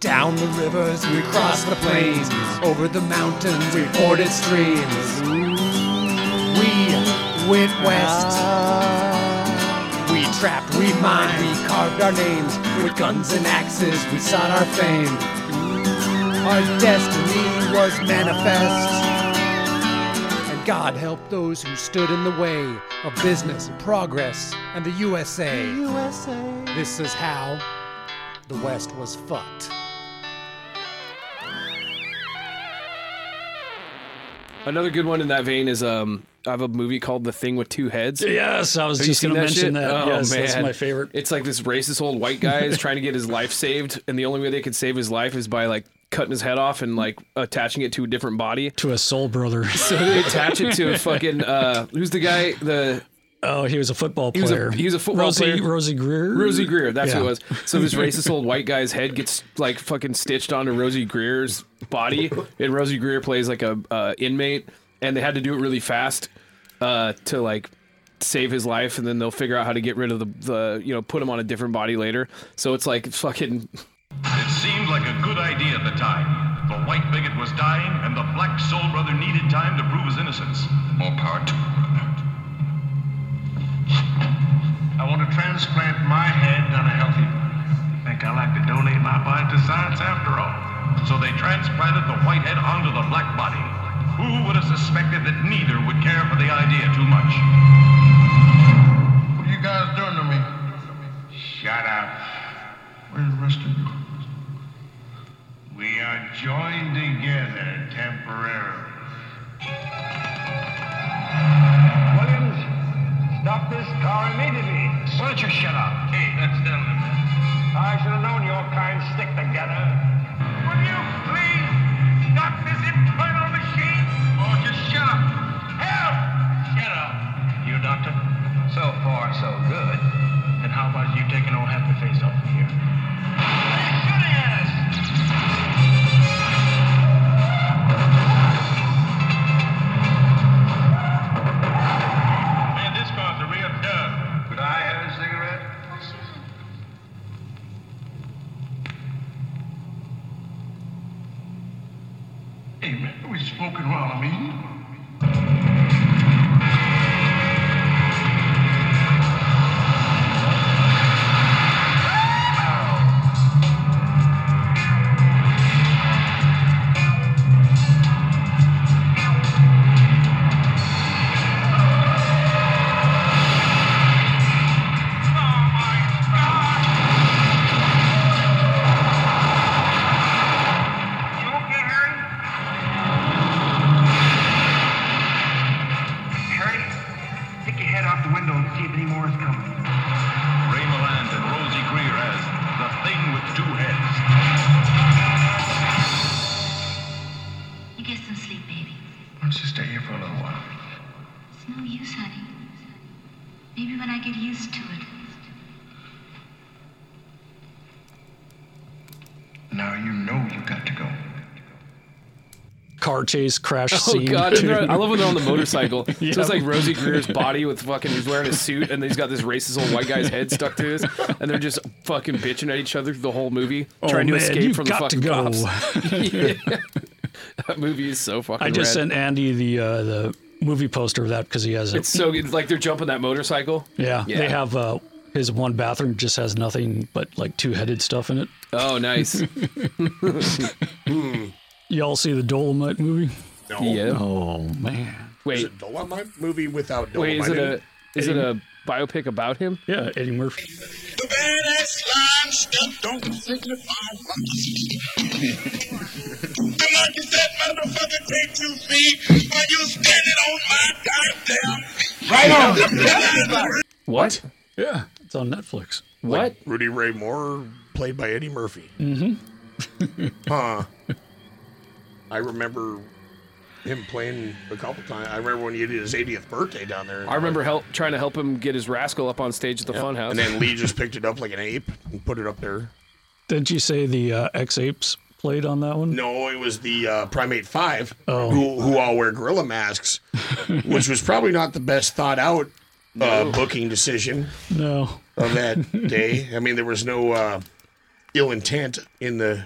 Down the rivers, we crossed the plains. Over the mountains, we forded streams. We went west. We trapped, we mined, we carved our names. With guns and axes, we sought our fame. Our destiny was manifest. And God help those who stood in the way of business and progress and the USA. USA. This is how the West was fucked. Another good one in that vein is um, I have a movie called The Thing with Two Heads. Yes, I was Have you just seen going to that shit? mention that. Oh yes, man, that's my favorite. It's like this racist old white guy is trying to get his life saved, and the only way they could save his life is by like cutting his head off and like attaching it to a different body. to a soul brother. So they attach it to a fucking uh, who's the guy the oh, he was a football was a- player. he was a football Rosie, player. Rosie Greer. Rosie Greer. That's Yeah. who it was. So this racist old white guy's head gets like fucking stitched onto Rosie Greer's body, and Rosie Greer plays like a uh, inmate, and they had to do it really fast uh, to like save his life, and then they'll figure out how to get rid of the, the you know put him on a different body later. So it's like fucking It seemed like a good idea at the time. The white bigot was dying, and the black soul brother needed time to prove his innocence. More power to brother. I want to transplant my head on a healthy body. Think I like to donate my body to science after all. So they transplanted the white head onto the black body. Who would have suspected that neither would care for the idea too much? What are you guys doing to me? Shut up. Where's the rest of you? We are joined together temporarily. Williams, stop this car immediately. Why don't you shut up? Hey, that's them. I should have known your kind stick together. Will you please stop this infernal machine? Or Oh, just shut up. Help! Shut up. You, Doctor? So far, so good. Then how about you taking old half the face off of here? They're shooting at us! Man, this car's a real dud. Could I have a cigarette? Hey, man, we smoking while I'm eating. Oh, my God! You okay, Harry? Harry, stick your head out the window and see if any more is coming. Ray Milland and Rosie Greer as The Thing with Two Heads. You get some sleep, baby. Why don't you stay here for a little while? It's no use, honey. Maybe when I get used to it. Now you know you got to go. Car chase crash oh scene. god. too. and they're- I love when they're on the motorcycle. So Yep. it's like Rosie Greer's body with fucking he's wearing a suit, and he's got this racist old white guy's head stuck to his, and they're just fucking bitching at each other the whole movie, Oh, trying man, to escape you've from the got fucking to go. cops. Yeah. that movie is so fucking. I just rad. sent Andy the uh, the movie poster of that because he has it. It's so good. Like they're jumping that motorcycle. yeah, Yeah. they have uh, his one bathroom just has nothing but like two headed stuff in it. Oh, nice. Y'all see the Dolomite movie? No. yeah. Oh man, Is Wait. it Dolomite? Movie without Wait. Is Dolomite. it in a is it a biopic about him? yeah, Eddie Murphy. The badass line stuff don't signify much. and like you said, motherfucker, take two feet while you standing on my goddamn feet. Right on. What? Yeah, it's on Netflix. What? Rudy Ray Moore, played by Eddie Murphy. Mm-hmm. huh. I remember him playing a couple times. I remember when he did his 80th birthday down there. I remember help trying to help him get his rascal up on stage at the funhouse. And then Lee just picked it up like an ape and put it up there. Didn't you say the uh, X Apes played on that one? No, it was the uh, Primate Five, Oh. who, who all wear gorilla masks, which was probably not the best thought out uh, booking decision No. of that day. I mean, there was no uh, ill intent in the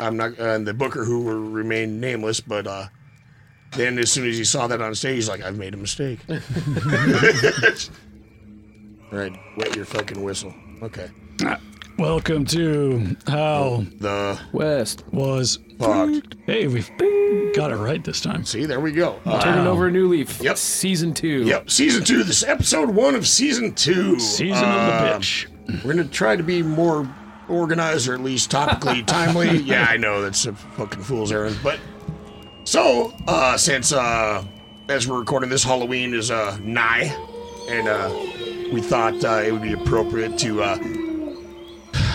I'm not, uh, and the booker who will remain nameless, but uh, then as soon as he saw that on stage, he's like, I've made a mistake. right, wet your fucking whistle. Okay. Welcome to How The West. Was. fuck. Hey, we've got it right this time. See, there we go. Uh, Turning over a new leaf. Yep. Season two. Yep, season two. This is episode one of season two. Um, Season of Um, the bitch. We're gonna try to be more organized, or at least topically timely. yeah, I know that's a fucking fool's errand, but so uh, since uh, as we're recording this, Halloween is uh, nigh, and uh, we thought uh, it would be appropriate to uh,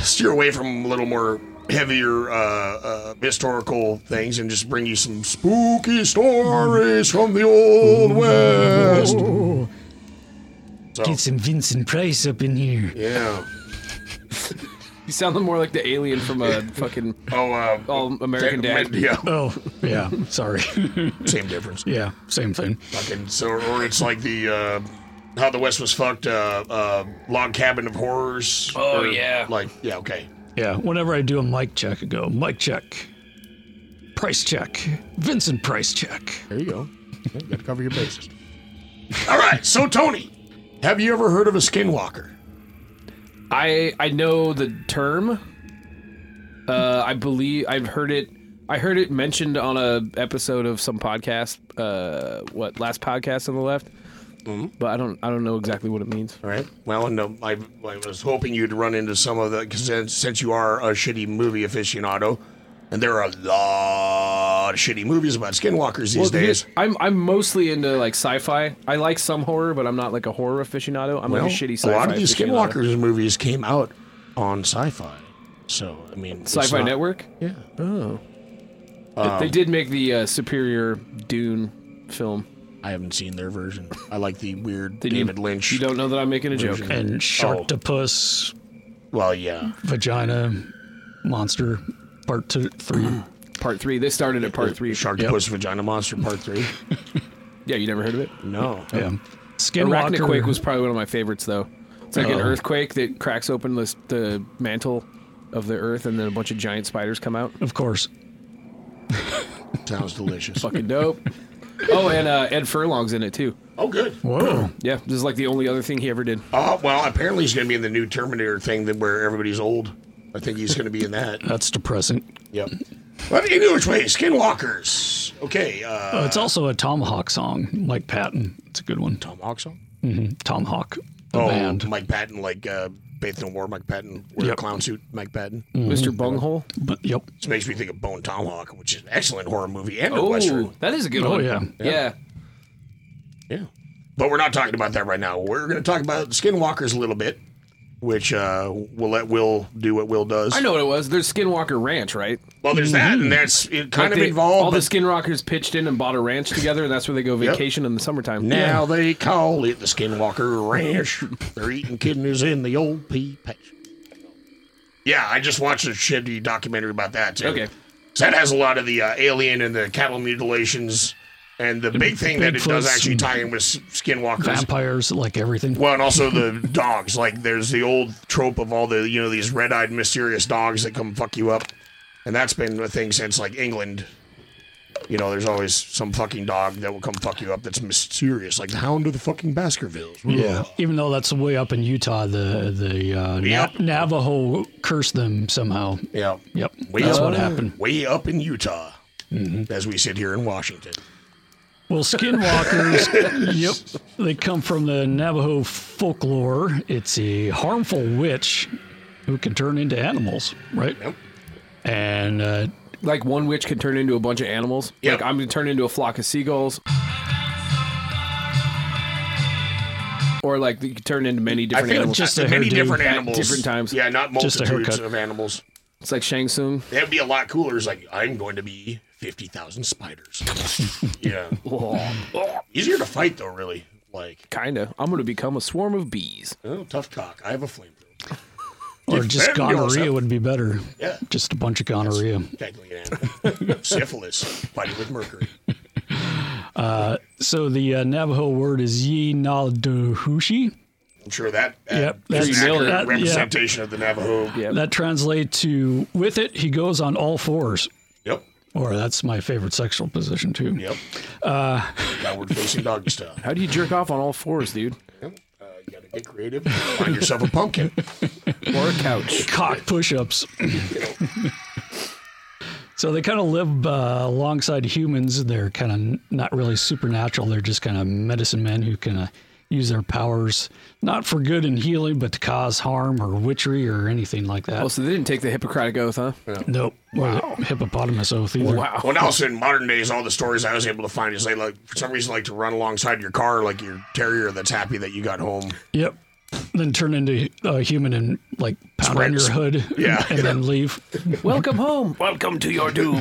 steer away from a little more heavier uh, uh, historical things and just bring you some spooky stories from the old west. So, Get some Vincent Price up in here. yeah. You sounded more like the alien from a fucking Oh, uh, All American Dad. Yeah, Oh, yeah. Sorry. same difference. yeah, same thing. Fucking so, or it's like the uh, how the West was fucked. Uh, uh, log cabin of horrors. Oh, or, yeah. Like yeah, okay. Yeah, whenever I do a mic check, I go, mic check, price check, Vincent price check. There you go. You got to cover your bases. All right. So Tony, have you ever heard of a skinwalker? I I know the term. Uh, I believe I've heard it. I heard it mentioned on a episode of some podcast. Uh, what last podcast on the left? Mm-hmm. But I don't I don't know exactly what it means. All right. Well, no, I, I was hoping you'd run into some of the because since, since you are a shitty movie aficionado, and there are a lot of shitty movies about skinwalkers these days. I'm I'm mostly into like sci-fi. I like some horror, but I'm not like a horror aficionado. I'm like a shitty sci-fi. A lot of these aficionado. Skinwalkers movies came out on Sci-Fi, so I mean, it's Sci-fi not- Network. Yeah, Oh. they Um, did make the uh, superior Dune film. I haven't seen their version. I like the weird Did you- David Lynch. You don't know that I'm making a joke. version. Oh. And Sharktopus, Well, yeah, Vagina, Monster, Part Two, Uh-huh. Three. Part three. They started at part three. Sharktopus Vagina Monster Part Three. Yeah, you never heard of it. No, Yeah. Skinwalker. Arachnoquake was probably one of my favorites, though. It's like Oh. an earthquake that cracks open the, the mantle of the earth, and then a bunch of giant spiders come out. Of course. sounds delicious. Fucking dope. oh, and uh, Ed Furlong's in it too. oh, good. Whoa. Yeah, this is like the only other thing he ever did. Oh, well, apparently he's going to be in the new Terminator thing that where everybody's old. I think he's going to be in that. That's depressing. Yep. But in which way, Skinwalkers. Okay. Uh, Uh, it's also a Tomahawk song, Mike Patton. It's a good one. Tom, Hawk song? Tomahawk, the um, Oh, band. Mike Patton, like uh, Bathed in War, Mike Patton, wear a Yep. clown suit, Mike Patton. Mr. Bunghole. But yep. This makes me think of Bone Tomahawk, which is an excellent horror movie and a Oh, western. that is a good Oh, one. yeah. Yeah. Yeah. But we're not talking about that right now. We're going to talk about Skinwalkers a little bit, which uh, we'll let Will do what Will does. I know what it was. There's Skinwalker Ranch, right? Well, there's that, and that's it kind Like of they- involved. All the but Skinwalkers pitched in and bought a ranch together, and that's where they go vacation in the summertime. Now they call it the Skinwalker Ranch. They're eating kidneys in the old pea patch. Yeah, I just watched a shitty documentary about that too. Okay. So that has a lot of the uh, alien and the cattle mutilations, and the big thing that it does Bigfoots actually and tie in with s- Skinwalkers. Vampires, like everything. Well, and also the dogs. Like, there's the old trope of all the, you know, these red eyed, mysterious dogs that come fuck you up. And that's been a thing since, like, England. You know, there's always some fucking dog that will come fuck you up that's mysterious, like the Hound of the fucking Baskervilles. Yeah, even though that's way up in Utah, the the uh, Yep. Na- Navajo cursed them somehow. Yeah. Yep, Way that's up, what happened. Way up in Utah, as we sit here in Washington. Well, skinwalkers, yep, they come from the Navajo folklore. It's a harmful witch who can turn into animals, right? Yep. And uh, Like one witch can turn into a bunch of animals. Like Yep. I'm gonna turn into a flock of seagulls. Or like you can turn into many I different think animals. just just a many hairdo different at animals. different times. Yeah, not Just a multitudes haircut. of animals. it's like Shang Tsung. That'd be a lot cooler. It's like, I'm going to be 50,000 spiders. yeah. Easier to fight, though, really. Like, Kinda. I'm gonna become a swarm of bees. Oh, tough cock. I have a flamethrower. or just Defend gonorrhea yourself. would be better. Yeah. Just a bunch of gonorrhea. Technically an animal. Syphilis. Fighting with mercury. So the uh, Navajo word is Yinaldahushi, I'm sure that uh, Yep, that's- is an accurate that- yeah. representation of the Navajo. Yeah. That translates to with it, he goes on all fours. Yep. Or that's my favorite sexual position too. Yep. Uh, Downward facing doggy style. How do you jerk off on all fours, dude? Uh, you gotta get creative. Find yourself a pumpkin. Or a couch? Cock push-ups. so they kind of live uh, alongside humans. They're kind of not really supernatural. They're just kind of medicine men who kind of use their powers not for good and healing, but to cause harm or witchery or anything like that. Oh, so they didn't take the Hippocratic Oath, huh? Nope. Or the hippopotamus oath either. Well, now in modern days, all the stories I was able to find is they like for some reason like to run alongside your car like your terrier that's happy that you got home. Yep. Then turn into a human and like pound on Sprints. your hood Yeah. and then leave. Welcome home. Welcome to your doom.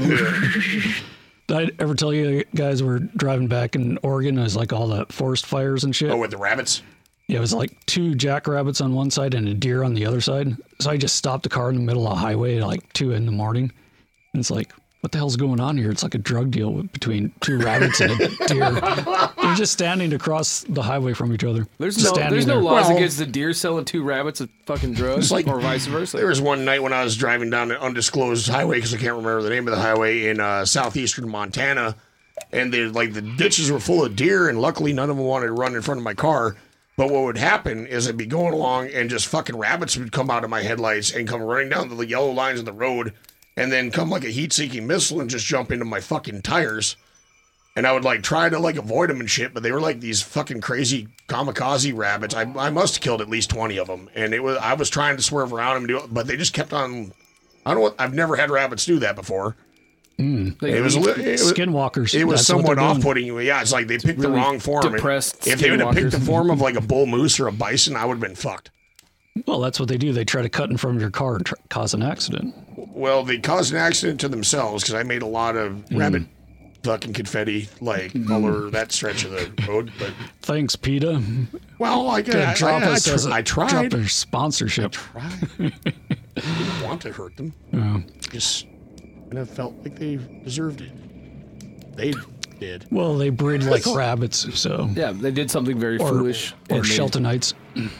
Did I ever tell you guys we're driving back in Oregon? It was like all the forest fires and shit. Oh, with the rabbits. Yeah, it was like two jackrabbits on one side and a deer on the other side. So I just stopped the car in the middle of the highway at like two in the morning. And it's like, what the hell's going on here? It's like a drug deal with- between two rabbits and a deer. They're just standing across the highway from each other. There's Just no, standing there's no there. laws Well- against the deer selling two rabbits of fucking drugs, like- or vice versa. There was one night when I was driving down an undisclosed highway because I can't remember the name of the highway in uh, southeastern Montana, and they like the ditches were full of deer, and luckily none of them wanted to run in front of my car. But what would happen is I'd be going along, and just fucking rabbits would come out of my headlights and come running down the yellow lines of the road, and then come like a heat-seeking missile and just jump into my fucking tires. And I would like try to like avoid them and shit, but they were like these fucking crazy kamikaze rabbits. I, I must have killed at least twenty of them, and it was I was trying to swerve around them, and do, but they just kept on. I don't. know I've never had rabbits do that before. Like, It was a li- it was, Skinwalkers. it That's what was somewhat they're doing. off-putting. Yeah, it's like they picked the really wrong form. depressed if they would have picked the skinwalkers. form of like a bull moose or a bison, I would have been fucked. Well, that's what they do. They try to cut in front of your car and tr- cause an accident. Well, they caused an accident to themselves because I made a lot of Mm. rabbit fucking confetti like all over that stretch of the road. But Thanks, PETA. well, I Gonna guess I, drop I, I, us tr- as a- I Drop tried. their sponsorship. didn't want to hurt them. Just kind of felt like they deserved it. They did. Well, they breed like rabbits, so yeah, they did something very or, foolish. or and they- Sheltonites.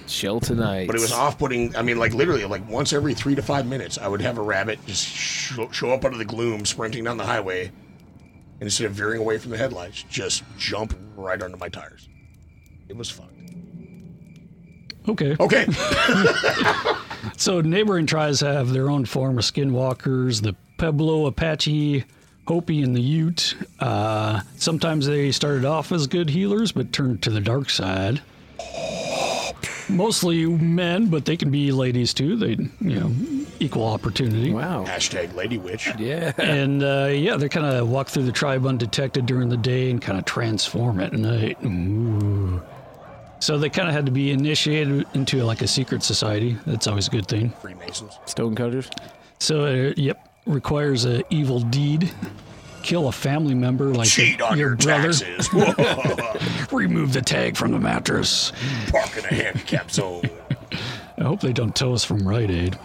Sheltonites. But it was off-putting. I mean, like literally, like once every three to five minutes, I would have a rabbit just sh- show up out of the gloom, sprinting down the highway, and instead of veering away from the headlights, just jump right under my tires. It was fucked. Okay. Okay, So neighboring tribes have their own form of skinwalkers, the Pueblo Apache, Hopi, and the Ute. Uh, sometimes they started off as good healers, but turned to the dark side. Mostly men, but they can be ladies too. They, you know, equal opportunity. wow. hashtag Lady Witch. Yeah. And uh, yeah, they kind of walk through the tribe undetected during the day and kind of transform at night. Ooh. So they kind of had to be initiated into like a secret society. That's always a good thing. Freemasons. Stonecutters. So uh, yep, requires a evil deed, kill a family member like Cheat on your, taxes. Park remove the tag from the mattress. in a handicap zone. I hope they don't tow us from Rite Aid.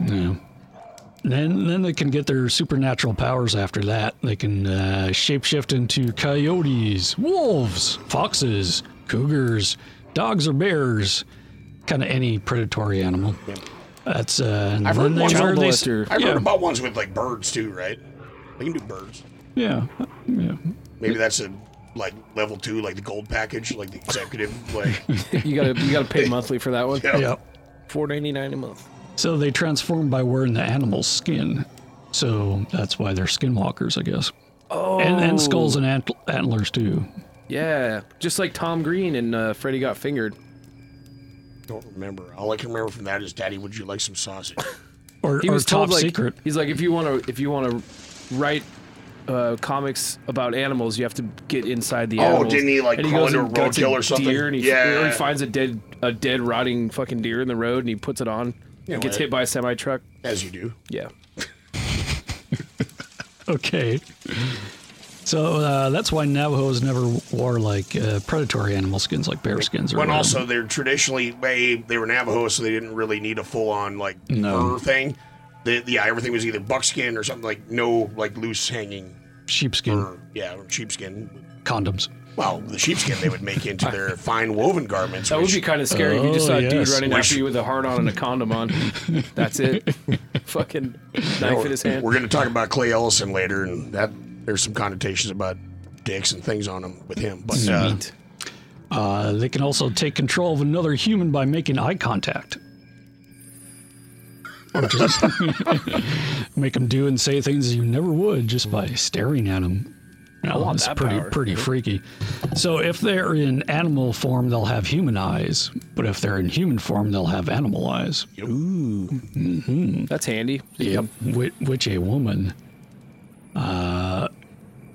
No. Then, then they can get their supernatural powers after that. They can uh, shapeshift into coyotes, wolves, foxes, cougars, dogs or bears, kind of any predatory animal. That's uh, and I've then heard they one learn child they s- molester. I've yeah, heard about ones with like birds too, right? They can do birds. yeah, yeah. Maybe that's a like level two, like the gold package, like the executive, like You gotta you gotta pay monthly for that one. Yeah. yeah. Four ninety nine a month. So they transform by wearing the animal's skin. So that's why they're skinwalkers, I guess. Oh. And, and skulls and ant- antlers too. Yeah, just like Tom Green and uh, Freddy got fingered. don't remember. All I can remember from that is, Daddy, would you like some sausage? Or, He or was top told like secret. he's like if you want to if you want to write uh, comics about animals, you have to get inside the Oh, animals. didn't he, like, and crawl goes into and a guts roadkill or something? Deer and he, Yeah. or he finds a dead a dead rotting fucking deer in the road and he puts it on. Yeah, gets well, hit by a semi truck. As you do. Yeah. Okay. So uh, that's why Navajos never wore like uh, predatory animal skins, like bear skins or But whatever. also, they're traditionally they they were Navajo, so they didn't really need a full on like No. fur thing. The, yeah, everything was either buckskin or something like no like loose hanging sheepskin fur. Yeah, or sheepskin. condoms. well, the sheepskin they would make into their fine woven garments. That would which- be kind of scary if you just saw a dude yes. running We after should- you with a heart on and a condom on. That's it. Fucking knife in his hand. We're going to talk about Clay Ellison later, and that there's some connotations about dicks and things on him with him. But uh, Sweet. Uh, they can also take control of another human by making eye contact. Or just make them do and say things you never would just by staring at them. I want that pretty power. pretty freaky. So if they're in animal form, they'll have human eyes. But if they're in human form, they'll have animal eyes. That's handy. Yep. Which, which a woman. Uh,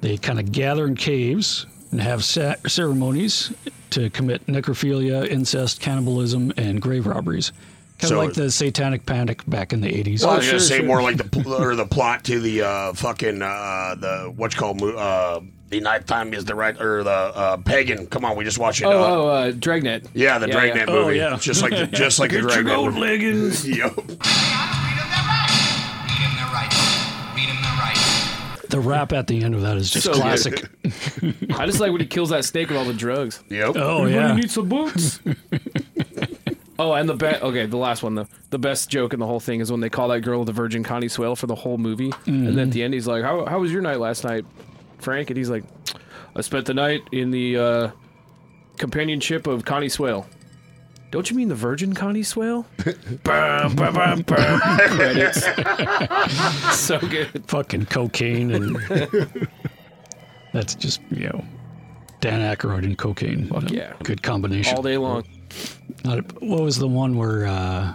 they kind of gather in caves and have sa- ceremonies to commit necrophilia, incest, cannibalism, and grave robberies. Kind of So- like the Satanic Panic back in the 80s. I was going to say more like the pl- or the plot to the uh, fucking uh, the what's called mo- uh, the nighttime is the right or the uh, pagan. Come on, we just watched it. Oh, uh, oh, uh, Dragnet. Yeah, the Dragnet Oh, movie. yeah. Just like the just like the Dragnet movie. leggings. Yep. Read him their rights. Read him their rights. The rap at the end of that is just So good. classic. I just like when he kills that snake with all the drugs. Yep. Oh, yeah. some boots. oh, and the best. Okay, the last one though. The best joke in the whole thing is when they call that girl the Virgin Connie Swale for the whole movie, and then at the end he's like, "How how was your night last night, Frank?" And he's like, "I spent the night in the uh, companionship of Connie Swale." Don't you mean the Virgin Connie Swale? Bam, bam, bam, bam. Credits. so good. Fucking cocaine and. That's just, you know. Dan Aykroyd and cocaine. What a yeah. Good combination. All day long. Not, what was the one where? Uh,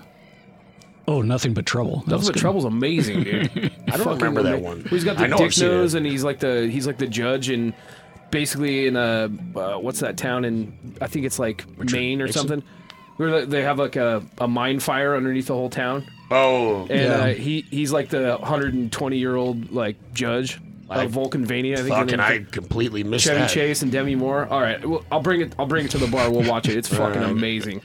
oh, nothing but trouble. That was Nothing but good. trouble's amazing, dude. I don't remember that the- one. He's got I the know I've dick seen nose, it. and he's like the he's like the judge, and basically in a uh, what's that town in I think it's like Maine or Nixon? something. Where they- they have like a, a mine fire underneath the whole town, Oh, and Yeah. uh, he he's like the 120 year old like judge Like, of Vulcanvania. I think his fucking! name is- I completely missed Chevy that. Chase and Demi Moore. All right, well, I'll bring it. I'll bring it to the bar. We'll watch it. It's fucking amazing,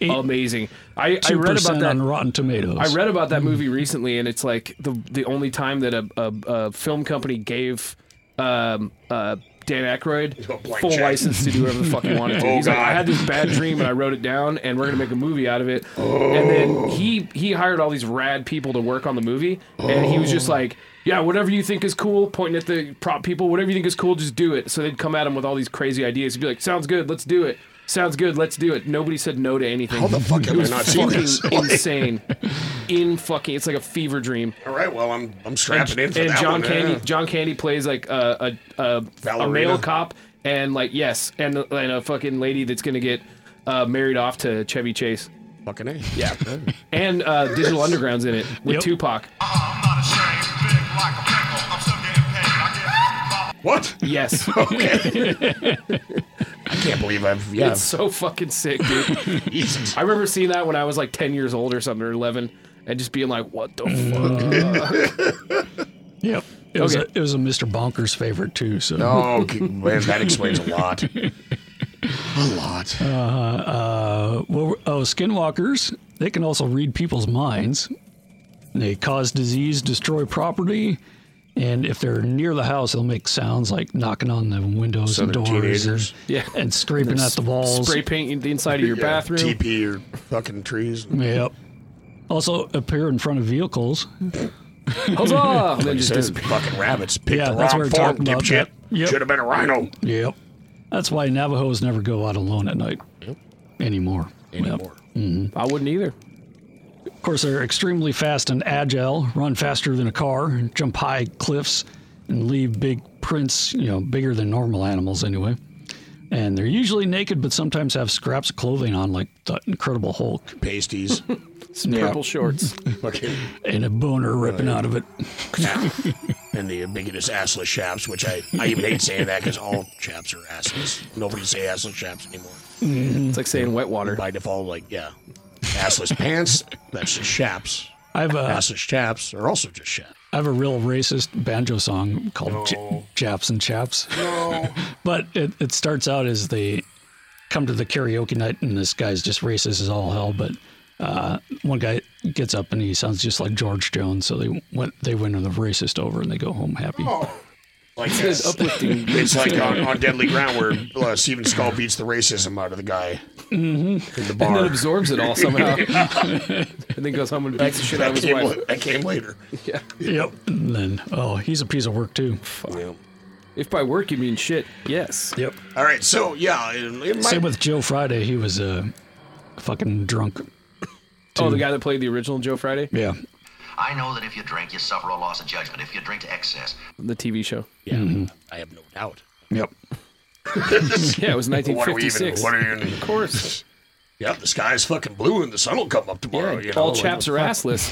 amazing. I, I Two read about percent that on Rotten Tomatoes. I read about that movie recently, and it's like the the only time that a, a, a film company gave um, uh, Dan Aykroyd A blank full check. license to do whatever the fuck he wanted to. Oh, He's like, I God. had this bad dream, and I wrote it down, and we're gonna make a movie out of it. And Oh. then he he hired all these rad people to work on the movie, and he was just Oh. like. Yeah, whatever you think is cool, pointing at the prop people, whatever you think is cool, just do it. So they'd come at him with all these crazy ideas. He'd be like, "Sounds good, let's do it. Sounds good, let's do it." Nobody said no to anything. How the fuck have It I was not seen fucking this? insane. in fucking, it's like a fever dream. All right, well, I'm I'm strapping in for and that John one. eh? Candy, yeah. John Candy plays like a a, a, a Ballerina. male cop, and like yes, and and a fucking lady that's gonna get uh, married off to Chevy Chase, Fucking a. Yeah. and uh, Digital Underground's in it with Yep. Tupac. I'm not ashamed. Big like a pickle. I'm so damn paid. I get What? Yes, Oh, I can't believe I've yeah. it's so fucking sick, dude. Jesus. I remember seeing that when I was like ten years old or something, or eleven, and just being like, "What the Mm, fuck?" Yep. It was, Okay. a, it was a Mr. Bonkers favorite too. So Oh, okay, man, that explains a lot. A lot. Uh, what were- oh, skinwalkers. They can also read people's minds. They cause disease, destroy property, and if they're near the house, they'll make sounds like knocking on the windows and they're doors, and, teenagers? Yeah. and scraping at the walls. Spray painting the inside of your Yeah, bathroom. TP or fucking trees. Yep. Also appear in front of vehicles. Huzzah! And then just Says disappear. fucking rabbits. Picked Yeah, the that's what wrong we're form, talking about, dipshit. that- yep. Should have been a rhino. Yep. That's why Navajos never go out alone at night anymore. Yep. Anymore. I wouldn't either. Of course, they're extremely fast and agile, run faster than a car, jump high cliffs, and leave big prints, you know, bigger than normal animals anyway. And they're usually naked, but sometimes have scraps of clothing on, like the Incredible Hulk, Pasties. Purple shorts. fucking. and a boner ripping out of it. and the ubiquitous assless chaps, which I, I even hate saying that because all chaps are assless. Nobody say assless chaps anymore. It's like saying wet water. By default, like, yeah. Assless pants, that's just chaps. I have a, Assless chaps are also just chaps. I have a real racist banjo song called J- Japs and Chaps. but it, it starts out as they come to the karaoke night and this guy's just racist as all hell. But uh, one guy gets up and he sounds just like George Jones. So they went, they win the racist over and they go home happy. Like it's uplifting. It's like uh, on, on Deadly Ground where uh, Steven Skull beats the racism out of the guy in the and then bar. absorbs it all somehow, and then goes home and beats the shit out That of his came, wife. la- that came later. Yep. And then, oh, he's a piece of work too. Yeah. If by work you mean shit, yes. Yep. All right, so yeah, it, it might, Same with Joe Friday. He was a uh, fucking drunk. Oh, the guy that played the original Joe Friday, Yeah. I know that if you drink, you suffer a loss of judgment. If you drink to excess, the TV show. Yeah, I have no doubt. Yep. Yeah, it was what are we even? 1956. What are you? of course. Yeah, the sky's fucking blue and the sun will come up tomorrow. you know, all like, chaps are assless.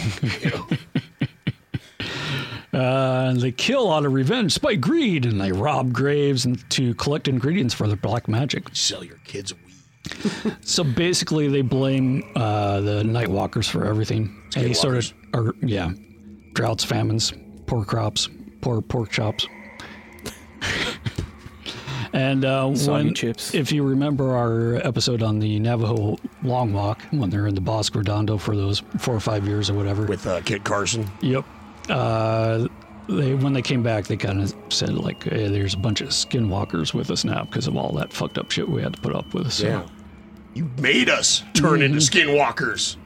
And they kill out of revenge, spite greed, and they rob graves and to collect ingredients for their black magic. sell your kids weed. So basically, they blame uh, the Nightwalkers for everything. Any sort of, or, yeah, droughts, famines, poor crops, poor pork chops. and uh, Soggy when, chips. if you remember our episode on the Navajo Long Walk, when they're in the Bosque Redondo for those four or five years or whatever. with uh, Kid Carson. Yep. Uh, they when they came back, they kind of said like, "Hey, there's a bunch of skinwalkers with us now because of all that fucked up shit we had to put up with." So, You made us Mm-hmm. turn into skinwalkers.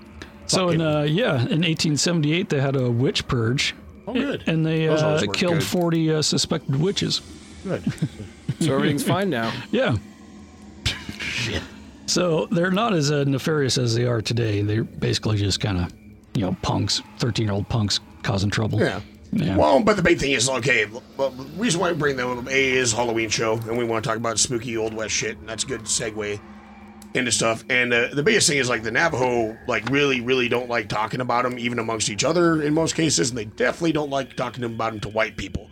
so in uh, yeah, in 1878, they had a witch purge. Oh, good. And they Those always uh, work killed good. 40 uh, suspected witches. Good. so everything's fine now. Yeah. So they're not as uh, nefarious as they are today. They're basically just kind of, you know, punks, 13 year old punks causing trouble. Yeah. Yeah. Well, but the big thing is okay. Well, the reason why we bring them up a is Halloween show, and we want to talk about spooky old west shit, and that's a good segue into stuff. And uh, the biggest thing is like the Navajo, like really, really don't like talking about them, even amongst each other in most cases, and they definitely don't like talking about them to white people.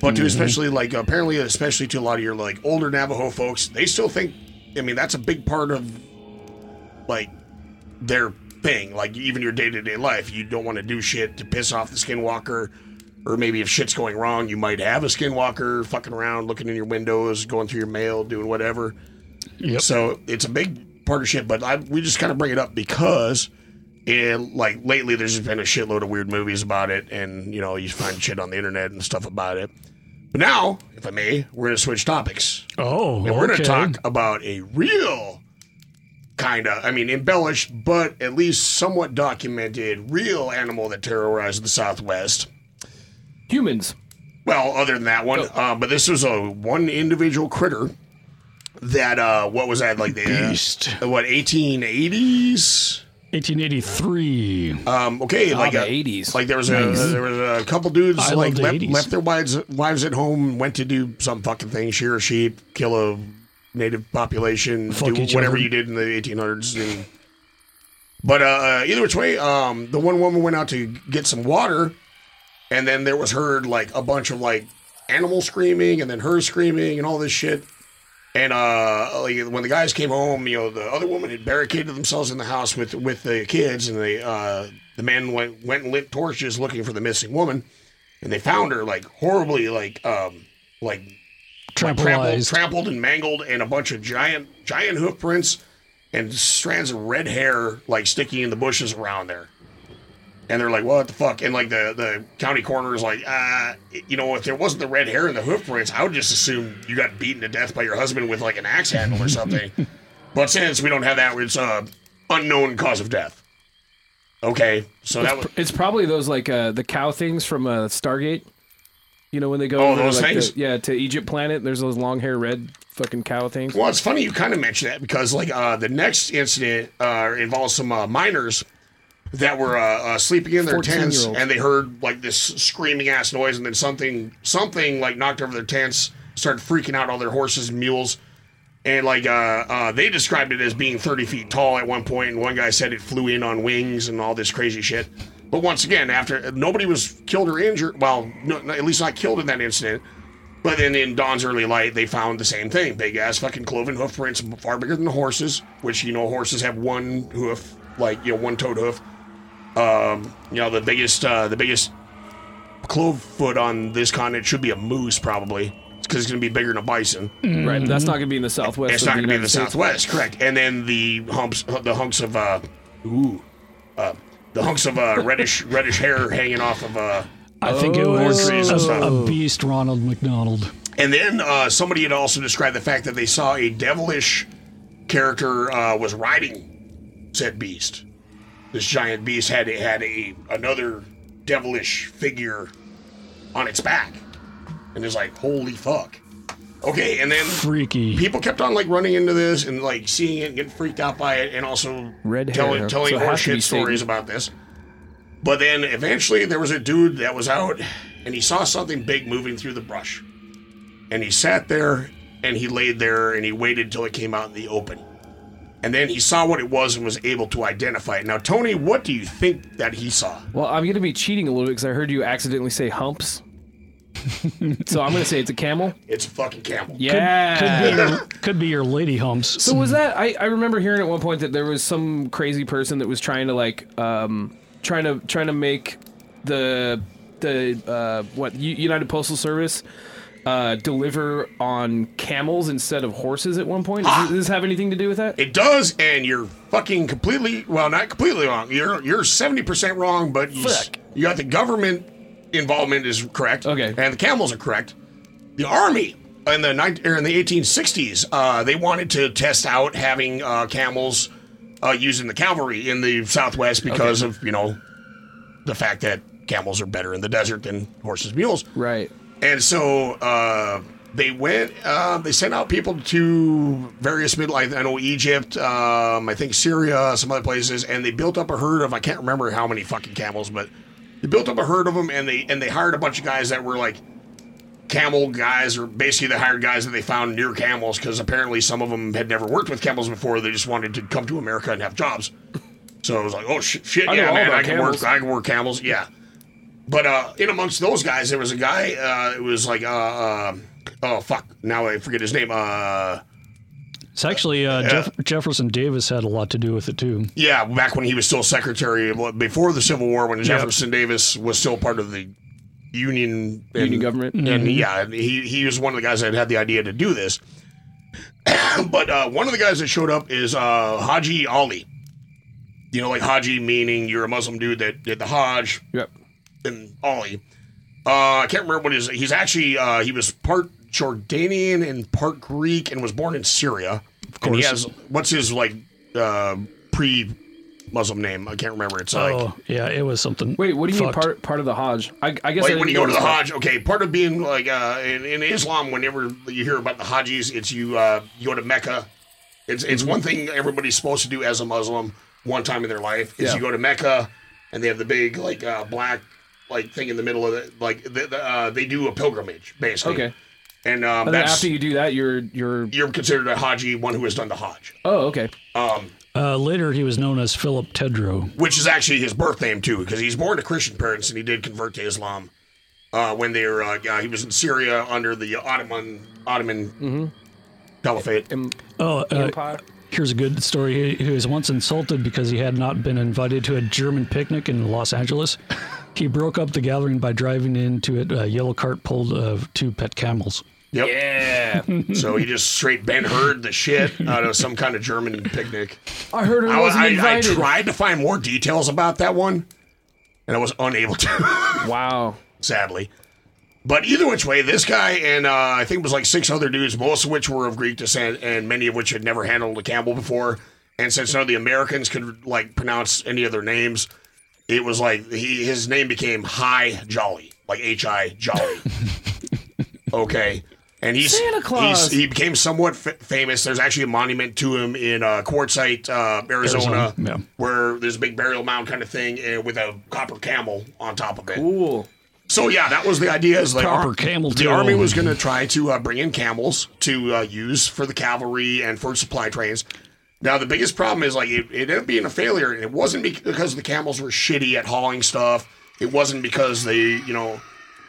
But to especially like apparently, especially to a lot of your like older Navajo folks, they still think. I mean, that's a big part of like their thing. Like even your day to day life, you don't want to do shit to piss off the skinwalker, or maybe if shit's going wrong, you might have a skinwalker fucking around, looking in your windows, going through your mail, doing whatever. Yep. So it's a big part of shit. But I, we just kind of bring it up because. And like lately, there's been a shitload of weird movies about it, and you know you find shit on the internet and stuff about it. But now, if I may, we're gonna switch topics. oh, And we're okay. going to talk about a real kind of, I mean, embellished, but at least somewhat documented real animal that terrorized the Southwest. Humans. Well, other than that one, Oh. uh, but this was a one individual critter that, uh, what was that, like the, Beast. uh, what, 1880s? 1883. Um, Ah, okay, like the a- 80s. Like there was a there was a couple dudes I like love the left, 80s. left their wives wives at home, went to do some fucking thing, shear a sheep, kill a native population, Fuck do each whatever other. you did in the 1800s. And, but uh, either which way, um, the one woman went out to get some water, and then there was heard like a bunch of like animal screaming, and then her screaming, and all this shit. And uh, like, when the guys came home, you know, the other woman had barricaded themselves in the house with with the kids, and the uh, the men went went and lit torches looking for the missing woman, and they found her like horribly like um like trampled, Trampolized. trampled and mangled, and a bunch of giant giant hoof prints and strands of red hair like sticking in the bushes around there. And they're like, "What the fuck?" And like the the county coroner is like, "Uh, you know, if there wasn't the red hair and the hoof prints, I would just assume you got beaten to death by your husband with like an axe handle or something." but since we don't have that, it's uh, unknown cause of death. Okay, so that was It's probably those like uh, the cow things from uh, Stargate. You know when they go Oh, over, those like, things? the- yeah, to Egypt planet. There's those long hair red fucking cow things. Well, it's funny you kind of mention that because like uh, the next incident uh, involves some uh, miners that were uh, uh, sleeping in their tents 14-year-olds. and they heard like this screaming ass noise and then something something like knocked over their tents, started freaking out all their horses and mules. And like uh, uh, they described it as being 30 feet tall at one point, and one guy said it flew in on wings and all this crazy shit. But once again, after nobody was killed or injured, well, no, no, at least not killed in that incident. But then in Dawn's early light, they found the same thing: big ass fucking cloven hoof prints, far bigger than the horses, which you know horses have one hoof, like you know one toed hoof. Um, you know the biggest, uh, the biggest clove foot on this continent should be a moose probably, because it's gonna be bigger than a bison. Right. That's not gonna be in the Southwest. It's of not going to be in United the States. Southwest, correct? And then the humps, the hunks of, uh, ooh, uh, the hunks of uh, reddish reddish hair hanging off of uh, I think it More was trees and a, stuff. a beast, Ronald McDonald. And then uh, somebody had also described the fact that they saw a devilish character uh, was riding said beast. This giant beast had had a another devilish figure on its back, and it's like, holy fuck. Okay, and then Freaky. people kept on like running into this and like seeing it and getting freaked out by it, and also Red telling hair. telling So it more has to be shit stories Satan. about this. But then eventually there was a dude that was out and he saw something big moving through the brush. And he sat there and he laid there and he waited till it came out in the open. And then he saw what it was and was able to identify it. Now, Tony, what do you think that he saw? Well, I'm going to be cheating a little bit because I heard you accidentally say humps. so I'm going to say it's a camel. It's a fucking camel. Yeah. Could be your, could be your lady humps. So was that? I, I remember hearing at one point that there was some crazy person that was trying to like, um, trying to trying to make the the uh, what U- United Postal Service uh, deliver on camels instead of horses at one point. Does, this have anything to do with that? It does, and you're fucking completely well, not completely wrong. You're you're seventy percent wrong, but you, s- Fuck. you got the government involvement is correct. Okay. and the camels are correct. The army in the nine or in the eighteen sixties, uh, they wanted to test out having uh, camels uh, using the cavalry in the southwest because of you know the fact that camels are better in the desert than horses and mules. Right. And so uh, they went. Uh, they sent out people to various middle. I, I know Egypt. Um, I think Syria, some other places, and they built up a herd of. I can't remember how many fucking camels, but they built up a herd of them, and they and they hired a bunch of guys that were like camel guys, or basically they hired guys that they found near camels because apparently some of them had never worked with camels before. They just wanted to come to America and have jobs. So I was like, oh shit, shit I know yeah, all man, about I can camels. work, I can work camels, yeah. But uh, in amongst those guys, there was a guy. Uh, it was like, uh, uh, oh fuck, now I forget his name. Uh, It's actually uh, Jeff- Jefferson Davis had a lot to do with it too. yeah, back when he was still secretary, well, before the Civil War, when Jefferson Davis was still part of the Union and- Union government. and yeah, he he was one of the guys that had the idea to do this. but uh, one of the guys that showed up is uh, Haji Ali. You know, like Haji meaning you're a Muslim dude that did the Hajj, Yep. and Ollie. Uh, I can't remember what his. He's actually uh, he was part Jordanian and part Greek, and was born in Syria. Of course. And he has what's his like uh, pre-Muslim name? I can't remember. It's like oh yeah, it was something. Wait, what do you fucked. mean part part of the Hajj? I, I guess I like when didn't you go to notice the that. Hajj. Okay, part of being like uh, in, in Islam, whenever you hear about the Hajjis, it's you uh, you go to Mecca. It's Mm-hmm. it's one thing everybody's supposed to do as a Muslim one time in their life is Yeah. you go to Mecca and they have the big like uh, black like thing in the middle of it. Like the, the, uh, they do a pilgrimage basically. Okay. and um, And then that's after you do that, you're you're. you're considered a Haji, one who has done the Hajj, Oh, okay. Uh, later, he was known as Philip Tedrow. which is actually his birth name too, because he's born to Christian parents and he did convert to Islam. uh, when they were uh, uh, he was in Syria under the Ottoman Ottoman Mm-hmm. Caliphate. Oh, uh, Empire. here's a good story. He, he was once insulted because he had not been invited to a German picnic in Los Angeles. he broke up the gathering by driving into it a yellow cart pulled of two pet camels. Yep. Yeah. so he just straight Ben heard the shit out of some kind of German picnic. I heard it I, wasn't I, I invited. tried to find more details about that one, and I was unable to, wow. sadly. But either which way, this guy and uh, I think it was like six other dudes, most of which were of Greek descent, and many of which had never handled a camel before. And since none of the Americans could like pronounce any of their names, it was like he his name became High Jolly, like H I Jolly. okay, and he's, Santa Claus. he's- he became somewhat f- famous. There's actually a monument to him in uh, Quartzsite, uh, Arizona, Arizona, yeah. where there's a big burial mound kind of thing, and with a copper camel on top of it. Cool. So yeah, that was the idea. Is like Proper ar- camel The toe. army was going to try to uh, bring in camels to uh, use for the cavalry and for supply trains. Now the biggest problem is like it, it ended up being a failure. It wasn't bec- because the camels were shitty at hauling stuff. It wasn't because they you know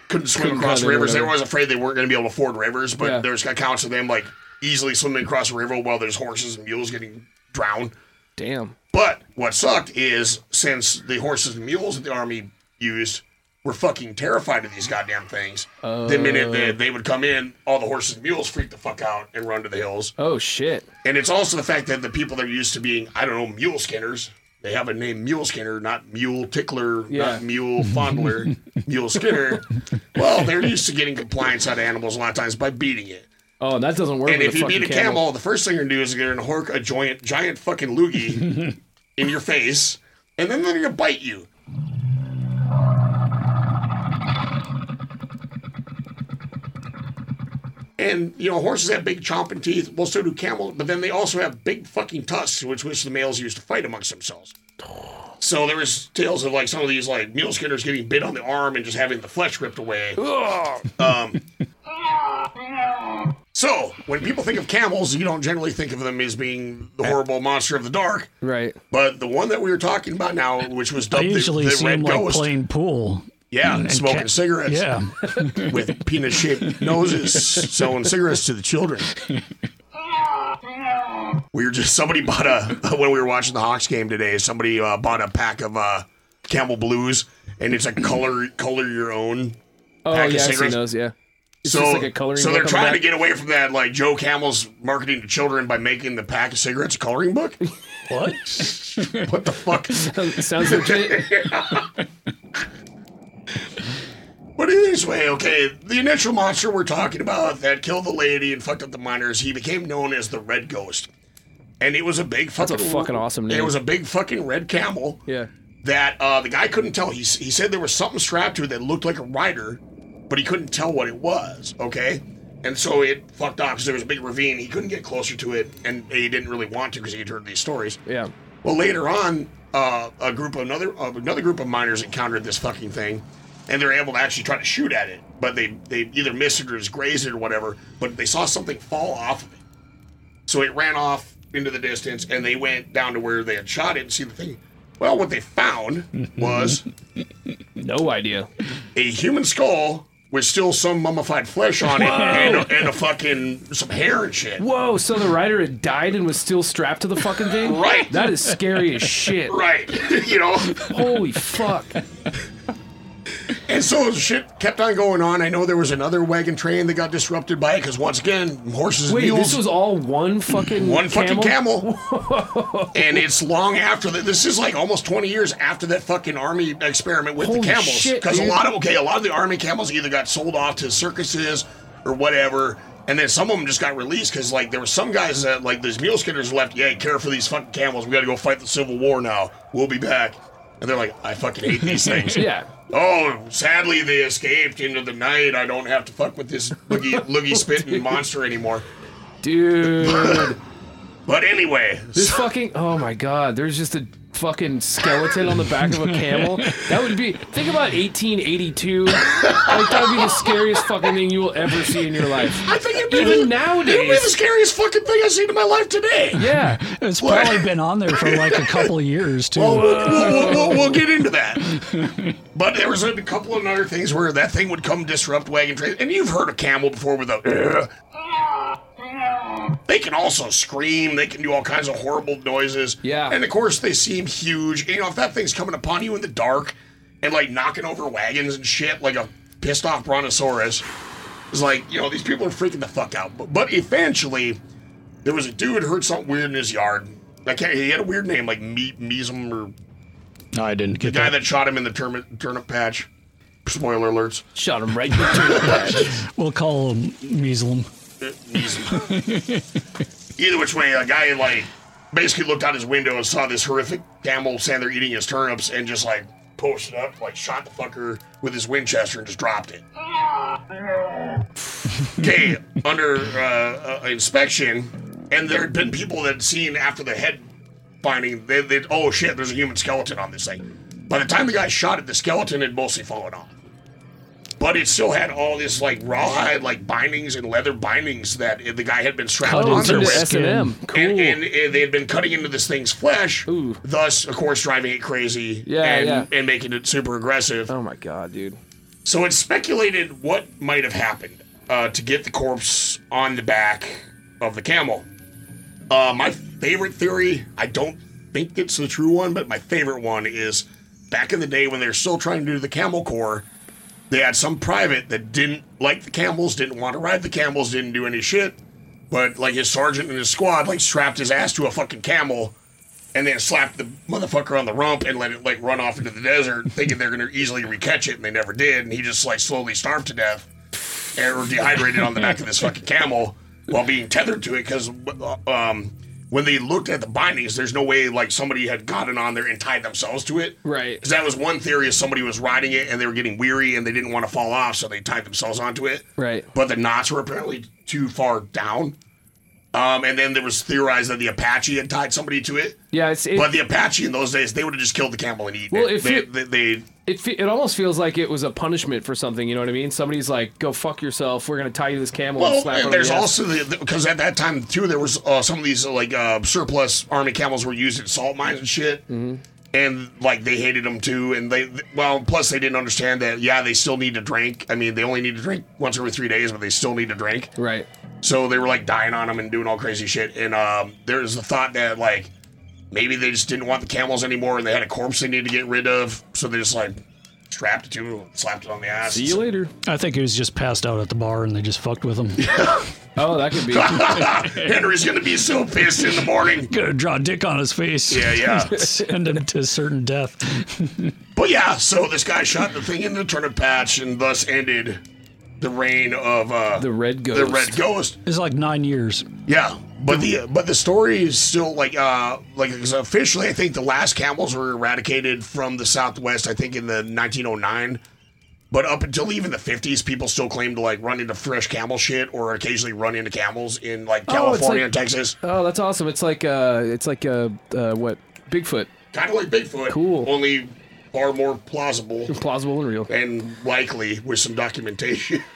couldn't swim Couldn't across cut it or rivers. They were whatever. always afraid they weren't going to be able to ford rivers. But Yeah. there's accounts of them like easily swimming across a river while there's horses and mules getting drowned. Damn. But what sucked is since the horses and mules that the army used were fucking terrified of these goddamn things, the minute they, they would come in, all the horses and mules freaked the fuck out and run to the hills. Oh shit. And it's also the fact that the people that are used to being, I don't know, mule skinners, They have a name Mule Skinner, not Mule Tickler, Yeah. not Mule Fondler, Mule Skinner. Well, they're used to getting compliance out of animals a lot of times by beating it. Oh, and that doesn't work. and with if a you fucking beat a camel, the first thing you're gonna do is you're gonna hork a giant, giant fucking loogie in your face, and then they're gonna bite you. And you know, horses have big chomping teeth. Well, so do camels, but then they also have big fucking tusks, which which the males use to fight amongst themselves. So there was tales of like some of these like mule skinners getting bit on the arm and just having the flesh ripped away. um, so, when people think of camels, you don't generally think of them as being Eh. the horrible monster of the dark. Right. But the one that we were talking about now, which was They dubbed the, usually the seem Red like Ghost, playing pool. Yeah, and smoking ca- cigarettes. Yeah. with penis shaped noses, selling cigarettes to the children. We were just, somebody bought a, when we were watching the Hawks game today, somebody uh, bought a pack of uh, Camel Blues, and it's a color, color your own. Oh pack yeah, I've of seen cigarettes. those. Yeah. It's so, just like a coloring so book on they're the trying to back. get away from that, like Joe Camel's marketing to children by making the pack of cigarettes a coloring book. What? what the fuck? Sounds legit. But in this way, okay, the initial monster we're talking about that killed the lady and fucked up the miners, he became known as the Red Ghost, and it was a big That's fucking a fucking awesome name. It was a big fucking red camel yeah. that uh, the guy couldn't tell. He, s- he said there was something strapped to it that looked like a rider, but he couldn't tell what it was, okay? And so it fucked off because there was a big ravine. He couldn't get closer to it, and he didn't really want to because he had heard these stories. Yeah. Well, later on, uh, a group of another uh, another group of miners encountered this fucking thing, and they're able to actually try to shoot at it, but they they either missed it or just grazed it or whatever. But they saw something fall off of it, so it ran off into the distance, and they went down to where they had shot it and see the thing. Well, what they found was No idea. a human skull with still some mummified flesh on it and a, and a fucking some hair and shit. Whoa! So the rider had died and was still strapped to the fucking thing. Right. That is scary as shit. Right, you know. Holy fuck. And so shit kept on going on. I know there was another wagon train that got disrupted by it because once again, horses and Wait, mules. this was all one fucking one fucking camel? camel. and it's long after that. This is like almost 20 years after that fucking army experiment with Holy the camels. shit, Because a dude. lot of okay, a lot of the army camels either got sold off to circuses or whatever. And then some of them just got released because, like, there were some guys that, like, these mule skinners left. Yeah, care for these fucking camels. We got to go fight the Civil War now. We'll be back. And they're like, I fucking hate these things. Yeah. Oh, sadly they escaped into the night. I don't have to fuck with this loogie, loogie spitting monster anymore. Dude. But anyway, This fucking oh my god, there's just a fucking skeleton on the back of a camel. That would be think about 1882. Like that would be the scariest fucking thing you will ever see in your life. I think it'd be Even the, it'd be the nowadays. scariest fucking thing I've seen in my life today. Yeah. It's probably been on there for like a couple of years too. Well, uh, we'll, we'll, we'll, we'll get into that. But there was a couple of other things where that thing would come disrupt wagon trains. And you've heard a camel before with a. They can also scream. They can do all kinds of horrible noises. Yeah. And of course, they seem huge. You know, if that thing's coming upon you in the dark and like knocking over wagons and shit like a pissed off brontosaurus, it's like, you know, these people are freaking the fuck out. But, but eventually, there was a dude heard something weird in his yard. I can't, he had a weird name like Me- Measum or no, I didn't get the guy that. that shot him in the turnip, turnip patch. Spoiler alerts. Shot him right in the turn. We'll call him Measlam. Uh, Either which way, a guy like basically looked out his window and saw this horrific camel stand there eating his turnips and just like posted up, like shot the fucker with his Winchester and just dropped it. Okay, under uh, uh, inspection, and there had been people that had seen after the head finding, they, they oh shit, there's a human skeleton on this thing. By the time the guy shot it, the skeleton had mostly fallen off but it still had all this like rawhide like bindings and leather bindings that uh, the guy had been strapped Oh, onto it's under with. S and M. Cool. And, and, and they had been cutting into this thing's flesh, Ooh. thus, of course, driving it crazy Yeah, and, yeah. and making it super aggressive. oh my god, dude. So it's speculated what might have happened uh, to get the corpse on the back of the camel. Uh, my favorite theory, I don't think it's the true one, but my favorite one is back in the day when they were still trying to do the camel corps, they had some private that didn't like the camels, didn't want to ride the camels, didn't do any shit. But like his sergeant and his squad, like strapped his ass to a fucking camel and then slapped the motherfucker on the rump and let it like run off into the desert, thinking they're gonna easily recatch it, and they never did. And he just like slowly starved to death and- or dehydrated on the back of this fucking camel while being tethered to it because um, when they looked at the bindings, there's no way like somebody had gotten on there and tied themselves to it. Right. 'Cause that was one theory is somebody was riding it and they were getting weary and they didn't want to fall off, so they tied themselves onto it. Right. But the knots were apparently too far down. Um, and then there was theorized that the Apache had tied somebody to it. Yeah, it's, it, but the Apache in those days, they would have just killed the camel and eaten Well, it. if They, it- they, they- it, fe- it almost feels like it was a punishment for something. You know what I mean? Somebody's like, "Go fuck yourself. We're gonna tie you to this camel and well, slap it." on there's the ass." also the because at that time too, there was uh, some of these uh, like uh, surplus army camels were used in salt mines and shit, Mm-hmm. and like they hated them too, and they well, plus they didn't understand that yeah, they still need to drink. I mean, they only need to drink once every three days, but they still need to drink. right. So they were like dying on them and doing all crazy shit. And um, there's the thought that like maybe they just didn't want the camels anymore and they had a corpse they needed to get rid of. So they just like strapped it to him, slapped it on the ass. See you later. I think he was just passed out at the bar and they just fucked with him. Oh, that could be. Henry's gonna be so pissed in the morning. Gonna draw a dick on his face. Yeah, yeah. Send him to certain death. But yeah, so this guy shot the thing in the turnip patch and thus ended the reign of uh, the red ghost. the red ghost. It's like nine years. Yeah, but the but the story is still like uh like 'cause officially I think the last camels were eradicated from the Southwest I think in the 1909, but up until even the 50s people still claim to like run into fresh camel shit or occasionally run into camels in like Oh, it's California like- and Texas, Oh, that's awesome. It's like uh, it's like uh, uh what Bigfoot. kind of like Bigfoot, Cool. only far more plausible Plausible and real. and likely with some documentation.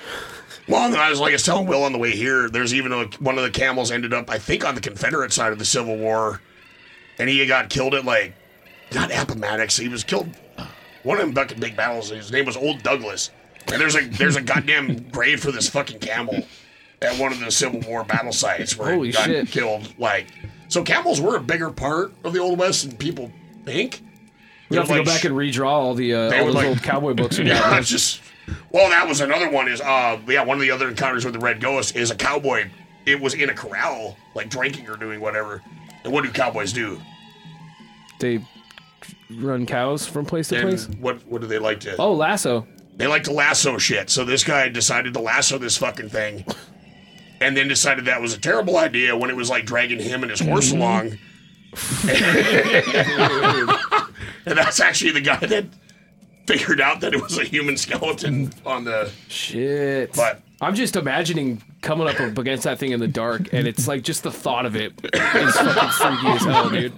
Well, I was like I was telling Will on the way here. There's even a, one of the camels ended up, I think, on the Confederate side of the Civil War, and he got killed at like not Appomattox. He was killed one of them fucking big battles. His name was Old Douglas, and there's like there's a goddamn grave for this fucking camel at one of the Civil War battle sites where Holy he got shit. killed. Like, so camels were a bigger part of the Old West than people think. We have to They're, go like, back and redraw all the uh, They all those would like- old cowboy books. We yeah, got. it's just. Well, that was another one. Is uh, yeah, one of the other encounters with the Red Ghost is a cowboy. It was in a corral, like drinking or doing whatever. And what do cowboys do? They run cows from place to And place. what what do they like to? Oh, lasso. They like to lasso shit. So this guy decided to lasso this fucking thing, and then decided that was a terrible idea when it was like dragging him and his horse along. and that's actually the guy that figured out that it was a human skeleton on the. Shit. But- I'm just imagining coming up up against that thing in the dark, and it's like just the thought of it is fucking freaky as hell, dude.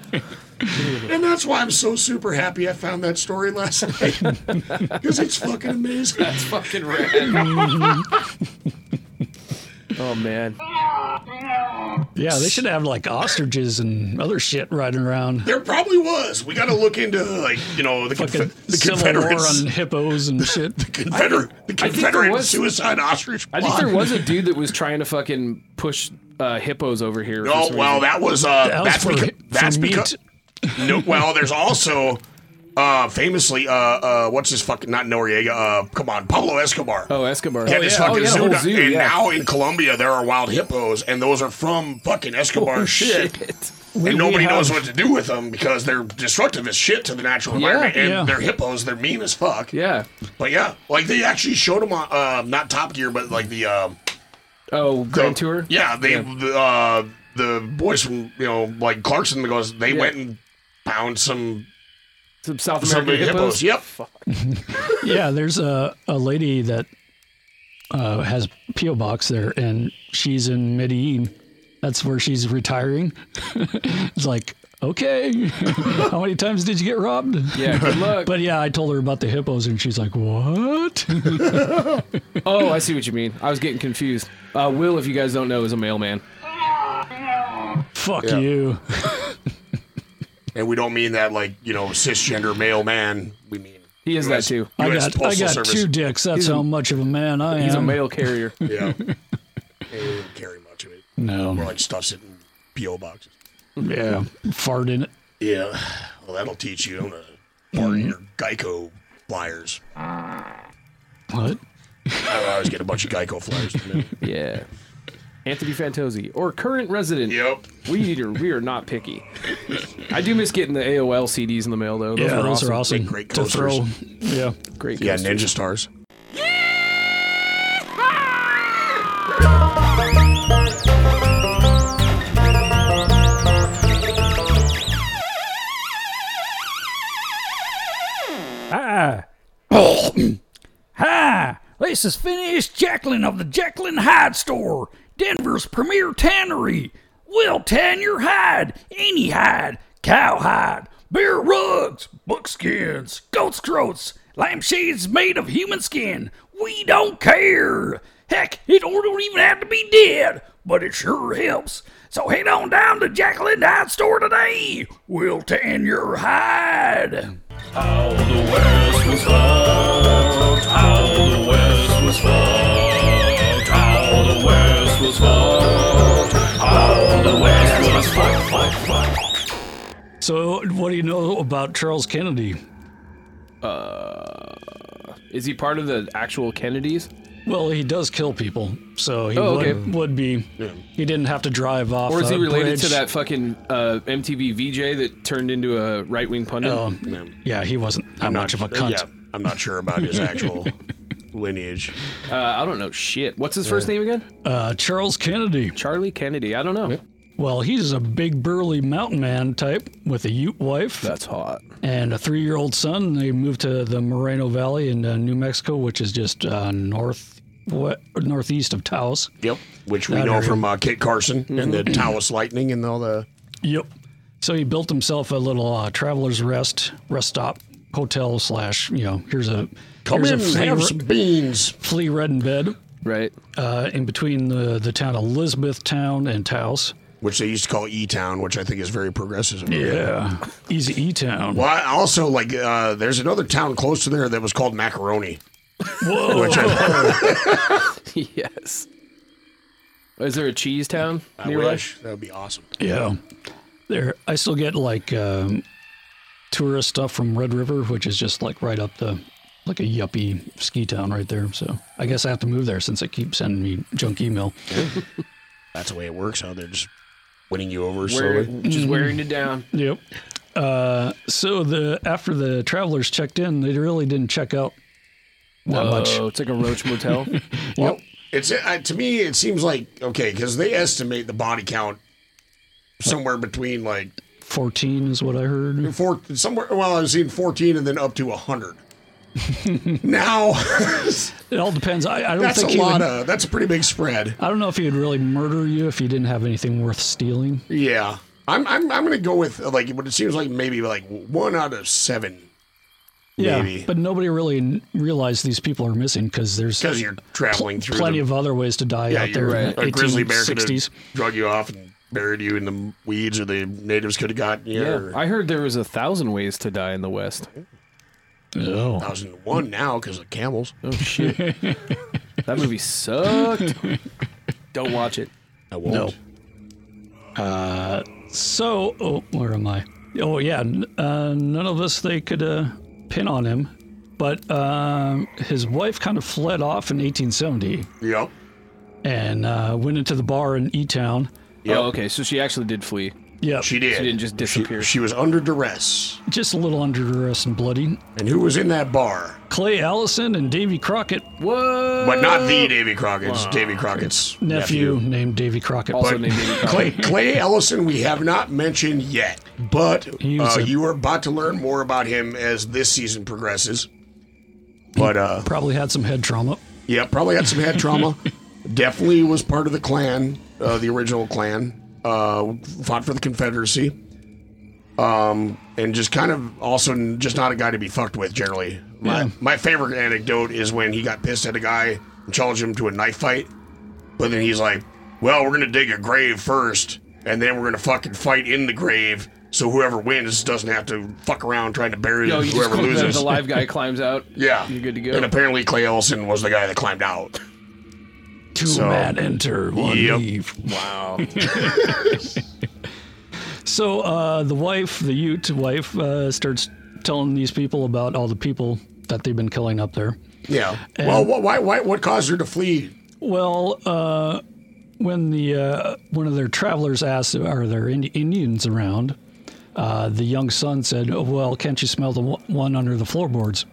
And that's why I'm so super happy I found that story last night. Because it's fucking amazing. It's fucking rad. oh man. Yeah, they should have like ostriches and other shit riding around. There probably was. We got to look into, like, you know, the, Fucking conf- the Civil War Confederates. on hippos and shit. Confeder- the I think there Confederate was- suicide ostrich I plot. think there was a dude that was trying to fucking push uh, hippos over here. for Oh, some well, reason. that was. Uh, That was that's for, because. hi- for That's meat. because. No, well, there's also. Uh, famously, uh, uh, what's his fucking not Noriega? Uh, come on, Pablo Escobar. Oh, Escobar. He had oh, his yeah. fucking oh, yeah, the zoo, whole down- zoo. and yeah. now in Colombia there are wild hippos, and those are from fucking Oh, Escobar shit. and nobody have- knows what to do with them because they're destructive as shit to the natural Yeah, environment. And yeah. they're hippos; they're mean as fuck. Yeah. But yeah, like they actually showed them on uh, not Top Gear, but like the um, Oh, the- Grand Tour. Yeah, they the Uh, the boys from you know like Clarkson goes. They Yeah. went and found some Some South some American hippos. hippos. Yep. Yeah, there's a, a lady that uh, has P.O. Box there, and she's in Medellin. That's where she's retiring. it's like, okay, how many times did you get robbed? Yeah. Good luck. But yeah, I told her about the hippos, and she's like, what? oh, I see what you mean. I was getting confused. Uh, Will, if you guys don't know, is a mailman. Fuck Yeah. you. And we don't mean that like you know cisgender male man. We mean He is that US too. I US got, I Postal got Service. two dicks. That's He's a- how much of a man I am. He's a mail carrier. Yeah. They didn't carry much of it. More No. like stuffs it in P.O. boxes. Yeah. Fart in it. Yeah. Well, that'll teach you on a part of your Geico flyers. What? I always get a bunch of Geico flyers. in a minute. yeah. Anthony Fantozzi, or current resident. Yep. We are, we are not picky. I do miss getting the AOL CDs in the mail though. Those yeah, are those awesome. are awesome. Great- to great throw. coasters. Yeah. Great. Yeah, coasters. Ninja Stars. Ah. Hi, this is Phineas Jacklin of the Jacklin Hide Store, Denver's premier tannery. We'll tan your hide, any hide, cow hide, bear rugs, buckskins, goat's throats, lampshades made of human skin. We don't care. Heck, it don't even have to be dead, but it sure helps. So head on down to Jacklin Hide Store today. We'll tan your hide. How the West was fucked. How the West was fucked. How the West was fucked. How the West was fucked. Fuck, fuck. So, what do you know about Charles Kennedy? Is he part of the actual Kennedys? Well, he does kill people, so he Oh, would, okay. would be. He didn't have to drive off. Or is a he related to bridge. that fucking uh, MTV VJ that turned into a right wing pundit? Oh, yeah, he wasn't that much of a cunt. Yeah, I'm not sure about his actual lineage. Uh, I don't know shit. What's his first name again? Uh, Charles Kennedy. Charlie Kennedy. I don't know. Well, he's a big burly mountain man type with a Ute wife That's hot. and a three-year-old son. They moved to the Moreno Valley in uh, New Mexico, which is just uh, north we- northeast of Taos. Yep. Which we That know area. from uh, Kit Carson Mm-hmm. and the Taos Lightning and all the. Yep. So he built himself a little uh, traveler's rest rest stop hotel slash you know here's a Come here's in, a flea, have some beans. flea red in bed Right. uh, in between the the town of Elizabeth Town and Taos. Which they used to call E Town, which I think is very progressive. of them. Yeah, easy E town. Well, I also, like, uh, there's another town close to there that was called Macaroni. Whoa. Which I, yes. Is there a cheese town I nearby? wish. That would be awesome. Yeah. There, I still get like um, tourist stuff from Red River, which is just like right up the, like a yuppie ski town right there. So I guess I have to move there since they keep sending me junk email. That's the way it works. How they're just winning you over Wear, slowly. just Mm-hmm. wearing it down. Yep. Uh, so the after the travelers checked in, they really didn't check out that much. Oh, it's like a roach motel. Well, it's uh, to me, it seems like okay because they estimate the body count somewhere between like Fourteen is what I heard. four, somewhere. Well, I was seeing fourteen and then up to hundred. now It all depends. I, I don't that's a think he lot would- of that's a pretty big spread. I don't know if he'd really murder you if you didn't have anything worth stealing. Yeah, I'm I'm I'm gonna go with uh, like what it seems like maybe like one out of seven Maybe. but nobody really n- realized these people are missing because there's because you're traveling through plenty the- of other ways to die yeah out there you're in right. the a grizzly bear could 1860s. have drug you off and buried you in the weeds or the natives could have gotten you. yeah. or- I heard there was a thousand ways to die in the West. Oh, thousand and one now because of camels. Oh shit. that movie sucked. Don't watch it. I won't. No. so oh, where am I? Oh yeah, n- uh, none of us they could uh, pin on him, but um, his wife kind of fled off in 1870 Yep. and uh, went into the bar in E Town. Oh, okay. So she actually did flee. Yeah, She did. She didn't just disappear. She was under duress. just a little under duress and bloody. And who was in that bar? Clay Allison and Davy Crockett, What? But not the Davy Crockett. It's Davy Crockett's nephew, Uh, nephew. named Davy Crockett. Also But- named Davy Crockett. Clay, Clay Ellison, we have not mentioned yet, but He was uh, a- you are about to learn more about him as this season progresses. But uh, probably had some head trauma. yeah, probably had some head trauma. Definitely was part of the Klan, uh, the original Klan. Uh, fought for the Confederacy, um, and just kind of also n- just not a guy to be fucked with generally. My, Yeah. my favorite anecdote is when he got pissed at a guy and challenged him to a knife fight, but then he's like, "Well, we're gonna dig a grave first, and then we're gonna fucking fight in the grave." So whoever wins doesn't have to fuck around trying to bury Yo, you just whoever click the, loses. the live guy climbs out. Yeah. You're good to And go. apparently Clay Ellison was the guy that climbed out. Two So- men enter, one Yep. leave. Wow. So uh, the wife, the Ute wife, uh, starts telling these people about all the people that they've been killing up there. yeah. well, wh- why, why, what caused her to flee? Well, uh, when the uh, one of their travelers asked, "Are there Indi- Indians around?" Uh, the young son said, oh, "Well, can't you smell the one- one under the floorboards?"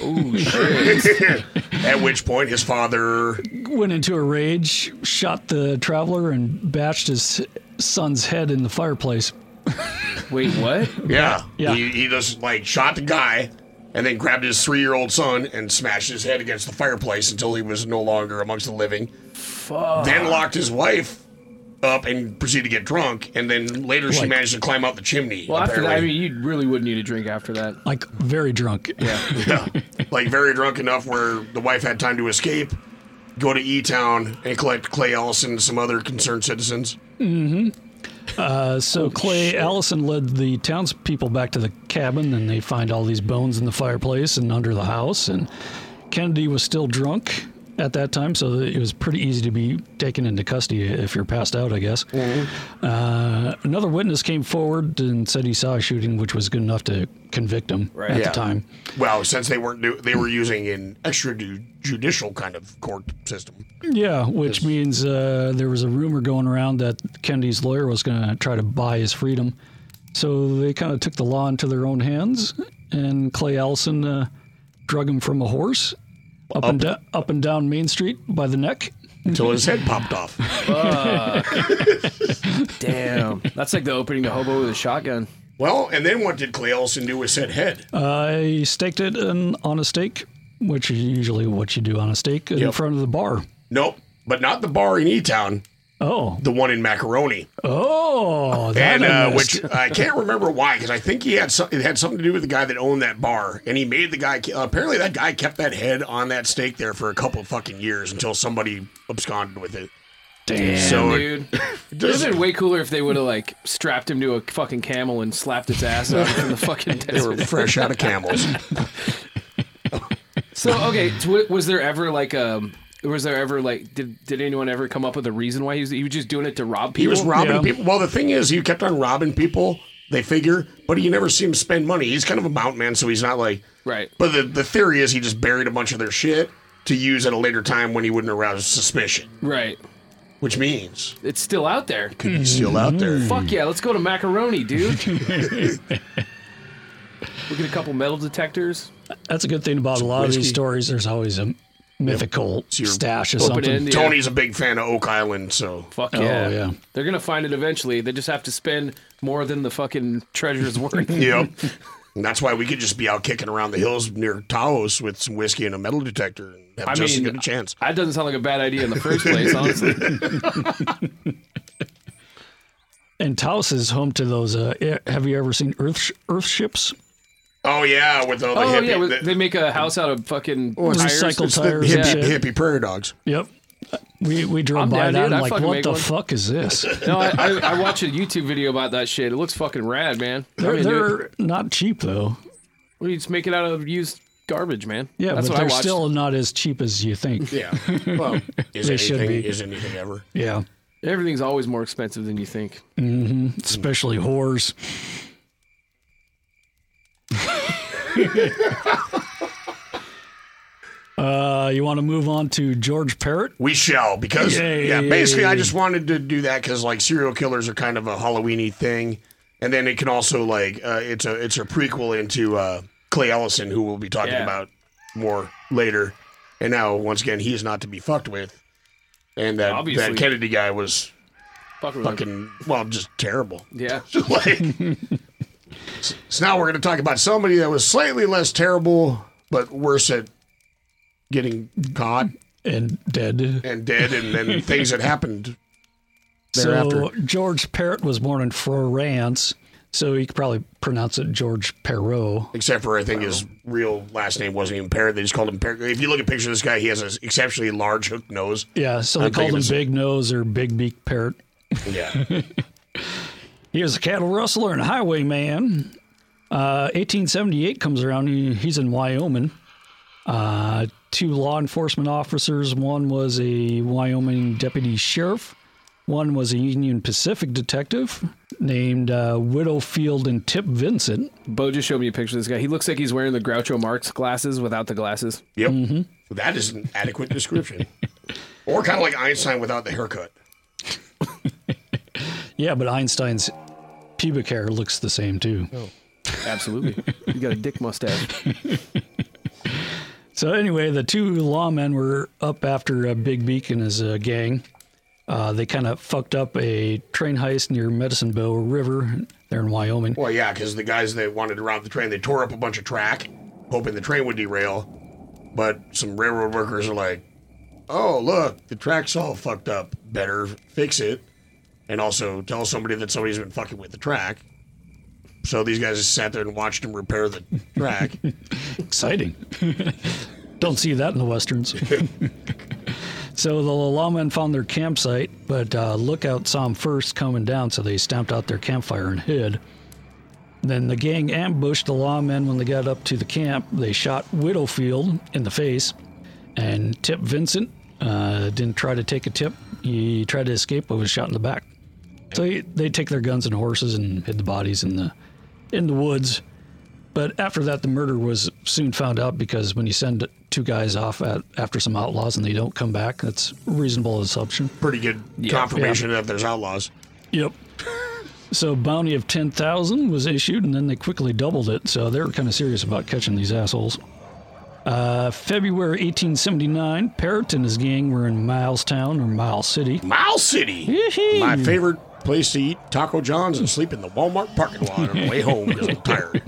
Oh At which point, his father Went into a rage, shot the traveler, and bashed his son's head in the fireplace. Wait, what? Yeah. Yeah. He, he just like shot the guy and then grabbed his three year old son and smashed his head against the fireplace until he was no longer amongst the living. Fuck. Then locked his wife up and proceeded to get drunk. And then later she Like- managed to climb out the chimney. Well, after that, I apparently. mean, you really would need a drink after that. Like very drunk. Yeah. like very drunk enough where the wife had time to escape, go to E Town and collect Clay Ellison and some other concerned citizens. hmm Uh, so Clay Allison led the townspeople back to the cabin, and they find all these bones in the fireplace and under the house. And Kennedy was still drunk at that time, so it was pretty easy to be taken into custody if you're passed out, I guess. Uh, another witness came forward and said he saw a shooting, which was good enough to convict him at Yeah. the time. Well, since they weren't, do- they were using an extrajudicial kind of court system. Yeah, which means uh, there was a rumor going around that Kennedy's lawyer was going to try to buy his freedom. So they kind of took the law into their own hands, and Clay Allison uh, drug him from a horse up, and da- up and down Main Street by the neck until his head popped off. Damn. That's like the opening to Hobo with a Shotgun. Well, and then what did Clay Ellison do with said head? I staked it in, on a stake, which is usually what you do on a stake in Yep. front of the bar. Nope, but not the bar in E Town. Oh, the one in Macaroni, Oh, that and I uh, missed. which I can't remember why because I think he had some, it had something to do with the guy that owned that bar, and he made the guy. Apparently, that guy kept that head on that stake there for a couple of fucking years until somebody absconded with it. Damn, So- dude. It would have been way cooler if they would have like strapped him to a fucking camel and slapped its ass out from the fucking They desert. were fresh out of camels. So okay, so wa- was there ever like um? Was there ever like did did anyone ever come up with a reason why he was he was just doing it to rob people? He was robbing people. Well, the thing is, he kept on robbing people. They figure, but you never see him spend money. He's kind of a mountain man, so he's not like right. But the the theory is he just buried a bunch of their shit to use at a later time when he wouldn't arouse suspicion, Right. which means It's still out there. could be still out there. Mm-hmm. Fuck yeah, let's go to macaroni, dude. Look at a couple metal detectors. That's a good thing about a lot of these Whiskey. stories. There's always a mythical your stash of open something. end, yeah. Tony's a big fan of Oak Island, so Fuck Oh, yeah. yeah. They're gonna find it eventually. They just have to spend more than the fucking treasure's worth. yep. And that's why we could just be out kicking around the hills near Taos with some whiskey and a metal detector and have I just as mean, uh, good a chance. That doesn't sound like a bad idea in the first place, honestly. And Taos is home to those. Uh, e- have you ever seen Earth sh- Earth ships? Oh yeah, with all the oh hippie, yeah, with- the- they make a house out of fucking it's tires. recycled it's the tires and hippie, shit. hippie prairie dogs. Yep. We we drove I'm by down, that. dude. and I'd like, fucking what make the one." fuck is this? No, I, I, I watch a YouTube video about that shit. It looks fucking rad, man. I They're, mean, dude, they're not cheap though. we just make it out of used garbage, man. Yeah, that's but what I they're watched. still not as cheap as you think. Yeah. Well, is They should anything be. is anything ever? Yeah. Everything's always more expensive than you think. hmm Especially whores. uh, you want to move on to George Parrott? We shall because Yay. yeah. Basically, I just wanted to do that because like serial killers are kind of a Halloweeny thing, and then it can also like uh, it's a it's a prequel into uh, Clay Ellison, who we'll be talking Yeah. about more later. And now once again, he is not to be fucked with, and that Obviously. that Kennedy guy was Fucking, fucking well, just terrible. yeah. like, s- so now we're going to talk about somebody that was slightly less terrible, but worse at getting caught and dead. and dead, and then things that happened thereafter. So George Parrott was born in France, so you could probably pronounce it George Perrault. Except for I think his real last name wasn't even Parrot. They just called him Parrot. If you look at pictures of this guy, he has an exceptionally large hook nose. Yeah, so they I'm called thinking him it's- Big Nose or Big Beak Parrot. Yeah. He was a cattle rustler and highwayman. Uh, 1878 comes around. He, he's in Wyoming. Uh, two law enforcement officers. One was a Wyoming deputy sheriff. One was a Union Pacific detective named uh, Widowfield and Tip Vincent. Bo just showed me a picture of this guy. He looks like he's wearing the Groucho Marx glasses without the glasses. Mm-hmm. Yep. That is an adequate description. or kind of like Einstein without the haircut. Yeah, but Einstein's pubic hair looks the same too. Oh, absolutely. you got a dick mustache. So anyway, the two lawmen were up after uh, Big Beak and his uh, gang. Uh, they kind of fucked up a train heist near Medicine Bow River. They're in Wyoming. Well, yeah, because the guys that wanted to rob the train, they tore up a bunch of track, hoping the train would derail. But some railroad workers are like, "Oh, look, the track's all fucked up. Better fix it." And also tell somebody that somebody's been fucking with the track. So these guys just sat there and watched him repair the track. Exciting. Don't see that in the westerns. so the lawmen found their campsite, but uh, Lookout saw them first coming down, so they stamped out their campfire and hid. Then the gang ambushed the lawmen when they got up to the camp. They shot Widowfield in the face and tipped Vincent. Uh, didn't try to take a tip. He tried to escape, but was shot in the back. So he, they take their guns and horses and hid the bodies in the in the woods. But after that, the murder was soon found out because when you send two guys off at, after some outlaws and they don't come back, that's a reasonable assumption. Pretty good confirmation that there's outlaws. Yep. So bounty of ten thousand was issued, and then they quickly doubled it. So they were kind of serious about catching these assholes. Uh, February 1879, Parrott and his gang were in Milestown or Mile City. Mile City, Yee-hee. my favorite place to eat Taco John's and sleep in the Walmart parking lot on the way home because I'm tired.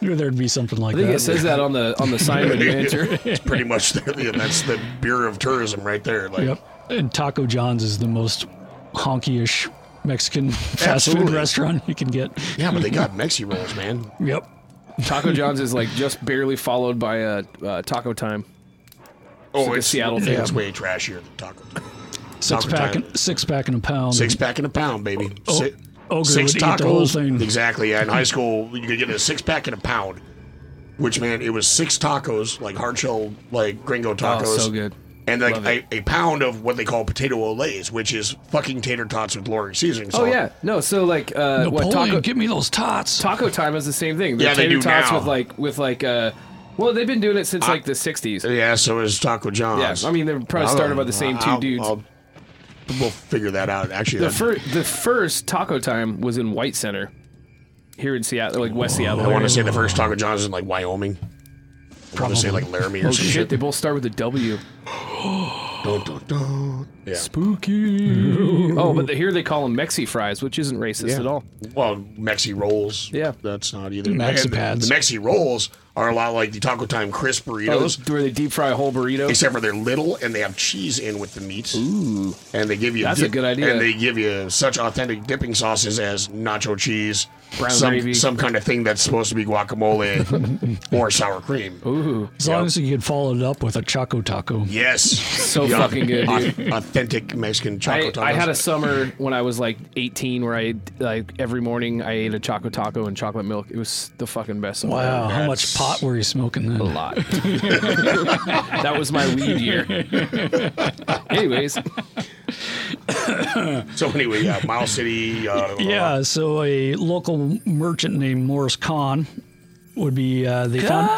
Knew there'd be something like I think that. it says that on the on the sign when you enter. it's pretty much the, yeah, that's the Bureau of Tourism right there. Like, Yep. And Taco John's is the most honky-ish Mexican fast food Absolutely. restaurant you can get. yeah, but they got Mexi rolls, man. Yep. Taco John's is like just barely followed by uh, uh, Taco Time. Oh, like a it's Seattle Seattle. thing. It's way trashier than Taco. Six Taco pack, time. and, six pack and a pound. Six pack and a pound, baby. Oh, Si- ogre six would eat the whole thing. Exactly. Yeah, in high school, you could get a six pack and a pound. Which man, it was six tacos, like hard shell, like gringo tacos. Oh, so good. And like Love a, a pound of what they call potato olays, which is fucking tater tots with Lori seasoning. So oh yeah, no. So like uh, what Napoleon, Taco give me those tots. Taco Time is the same thing. They're Yeah, they tater do tots now. with like with like uh, well they've been doing it since I- like the '60s. Yeah, so is Taco Yeah, John's. I mean they're probably I'll- started by the same two I'll- dudes. I'll- we'll figure that out. Actually, The that- first the first Taco Time was in White Center, here in Seattle, like West Seattle. Oh, I want to say the first Taco John's is in like Wyoming. I want to say like Laramie or Oh some shit! shit. They both start with a W. Dun, dun, dun. Yeah. Spooky. oh, but the, here they call them Mexi fries, which isn't racist Yeah. at all. Well, Mexi rolls. Yeah. That's not either. Maxi And the- pads. The Mexi rolls are a lot like the Taco Time crisp burritos, where they deep fry a whole burrito. except for they're little and they have cheese in with the meat. Ooh. And they give you That's a good idea. And they give you such authentic dipping sauces as nacho cheese, Brown some gravy. some kind of thing that's supposed to be guacamole or sour cream. Ooh. As long as you could follow it up with a Choco Taco. Yes. So fucking good, dude. Au- Authentic Mexican I, choco tacos. I had a summer when I was like 18 where I like every morning I ate a choco taco and chocolate milk. It was the fucking best. summer. Wow, how much pot were you smoking then? A lot. that was my weed year. Anyways, So anyway, yeah, Mile City. Uh, Yeah, so a local merchant named Morris Kahn would be uh, they found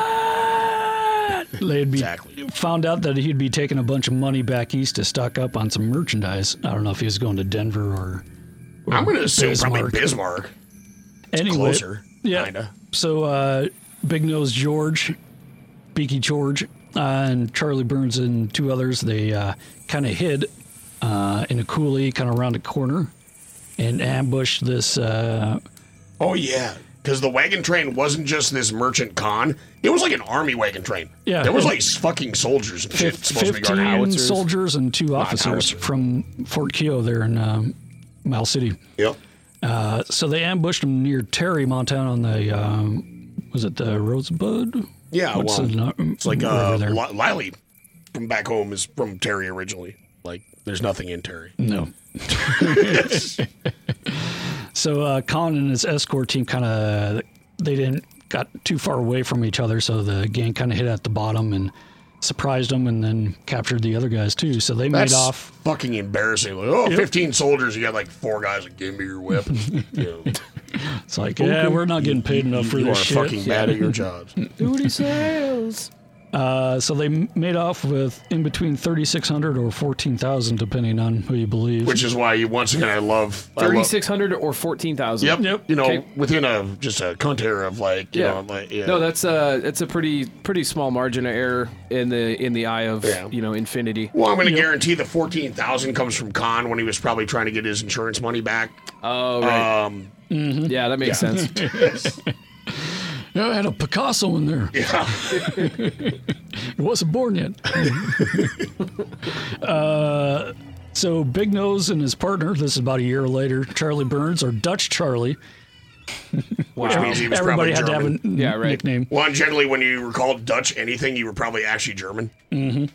they'd be Exactly. found out that he'd be taking a bunch of money back east to stock up on some merchandise. I don't know if he was going to Denver or I'm going to assume probably Bismarck. Bismarck. anyway. Closer. Yeah. Kinda. So uh, Big Nose George, Beaky George, uh, and Charlie Burns and two others, they uh, kind of hid uh, in a coulee, kind of around a corner, and ambushed this. Uh, Oh yeah, because the wagon train wasn't just this merchant con; it was like an army wagon train. Yeah. there was like fucking soldiers and shit supposed to be guarding Fifteen howitzers. soldiers and two officers howitzer. from Fort Keogh there in um, Mile City. Yep. Uh, so they ambushed them near Terry, Montana, on the um, was it the Rosebud? Yeah, What's well, the no- it's like river uh, there? Li- Lily from back home is from Terry originally. Like, there's nothing in Terry. No. so uh, Colin and his escort team kind of they didn't got too far away from each other, so the gang kind of hit at the bottom and surprised them, and then captured the other guys too. So they That's made off. fucking embarrassing. Like, oh, Yep. 15 soldiers, you got like four guys. Like, give me your whip. you know, It's like, yeah, we're not getting paid enough for you are this shit. fucking bad at your jobs. duty sales. Uh, so they m- made off with in between 3,600 or 14,000, depending on who you believe. Which is why, you, once again, I love I love- Thirty six hundred or fourteen thousand. Yep. Yep. You know, within a just a contour of like, you know, like yeah. No, that's uh that's a pretty pretty small margin of error in the in the eye of Yeah. you know infinity. Well, I'm going to guarantee the fourteen thousand comes from Khan when he was probably trying to get his insurance money back. Oh, right. Mm-hmm. Um, Yeah, that makes yeah. sense. Yeah, I had a Picasso in there. Yeah. it wasn't born yet. uh, so Big Nose and his partner, this is about a year later, Charlie Burns, or Dutch Charlie. Which means he was Everybody probably had German. to have a n- nickname. Well, and generally, when you were called Dutch anything, you were probably actually German. hmm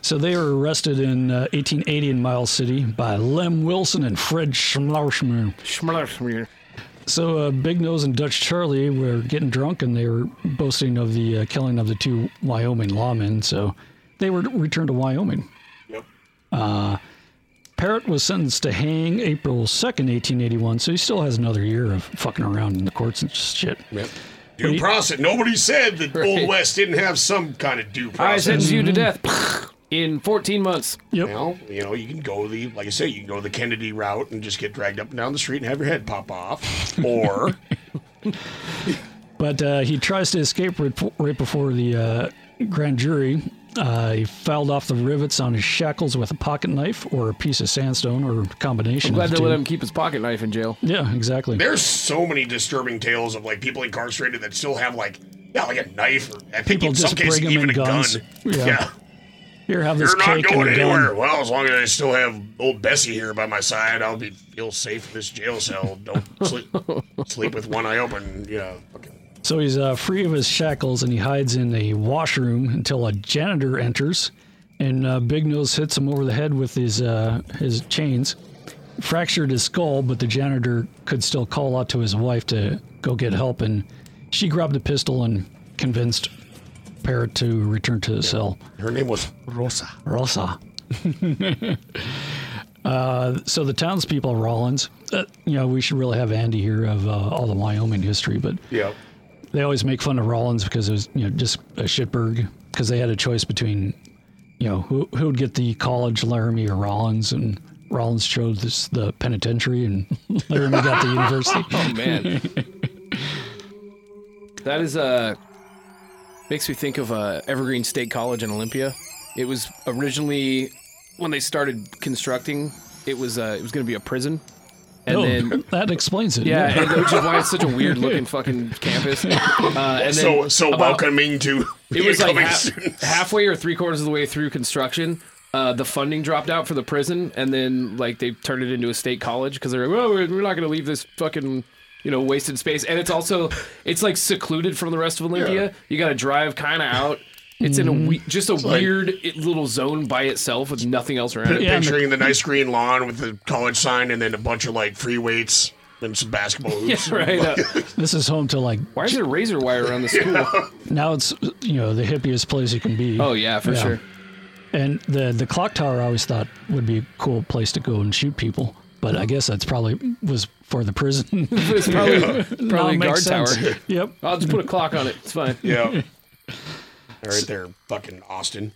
So they were arrested in uh, 1880 in Miles City by Lem Wilson and Fred Schmlarschmer. Schmlarschmer. So uh, Big Nose and Dutch Charlie were getting drunk and they were boasting of the uh, killing of the two Wyoming lawmen. So they were returned to Wyoming. Yep. Uh, Parrott was sentenced to hang April 2nd, 1881. So he still has another year of fucking around in the courts and shit. Due process. Nobody said that Old West didn't have some kind of due I process. sentence you to death in fourteen months. Yep. Well, you know, you can go the like I say, you can go the Kennedy route and just get dragged up and down the street and have your head pop off, or But uh, he tries to escape right, right before the uh, grand jury. Uh, he filed off the rivets on his shackles with a pocket knife or a piece of sandstone or a combination I'm glad of the they two. let him keep his pocket knife in jail. yeah, exactly. There's so many disturbing tales of like people incarcerated that still have like yeah, like a knife or I think People in some just cases bring 'em even in a guns. gun. Yeah. Here, have this You're not cake going and a gun. anywhere. Well, as long as I still have old Bessie here by my side, I'll be feel safe in this jail cell. Don't sleep, sleep with one eye open. Yeah. So he's uh, free of his shackles and he hides in a washroom until a janitor enters, and uh, Big Nose hits him over the head with his uh, his chains, fractured his skull. But the janitor could still call out to his wife to go get help, and she grabbed a pistol and convinced Parrot to return to the cell. Her name was Rosa. Rosa. Uh, so the townspeople, Rollins, uh, you know, we should really have Andy here of uh, all the Wyoming history, but Yeah. they always make fun of Rollins because it was you know just a shitberg because they had a choice between you know who who would get the college Laramie or Rollins and Rollins chose this, the penitentiary and Laramie got the university. Oh, man. That is uh, makes me think of uh, Evergreen State College in Olympia. It was originally when they started constructing, it was uh, it was going to be a prison, and oh, then that explains it. yeah, and which is why it's such a weird looking fucking campus. Uh, and then so so about- welcoming to It was like incoming half- students. halfway or three quarters of the way through construction. Uh, the funding dropped out for the prison, and then like they turned it into a state college because they're like, well, we're, we're not going to leave this fucking you know wasted space. And it's also it's like secluded from the rest of Olympia. You got to drive kind of out. It's in a we- just a like- weird it- little zone by itself with nothing else around Pi- it. picturing the nice green lawn with the college sign and then a bunch of like free weights and some basketball hoops. Yeah, right. uh, this is home to like why is there razor wire around the school? now it's you know the hippiest place you can be. Oh, yeah, for sure. And the the clock tower I always thought would be a cool place to go and shoot people, but I guess that's probably was for the prison. It's probably, Now probably a it guard makes tower. sense. Yep. I'll just put a clock on it. It's fine. Yeah. right there, fucking Austin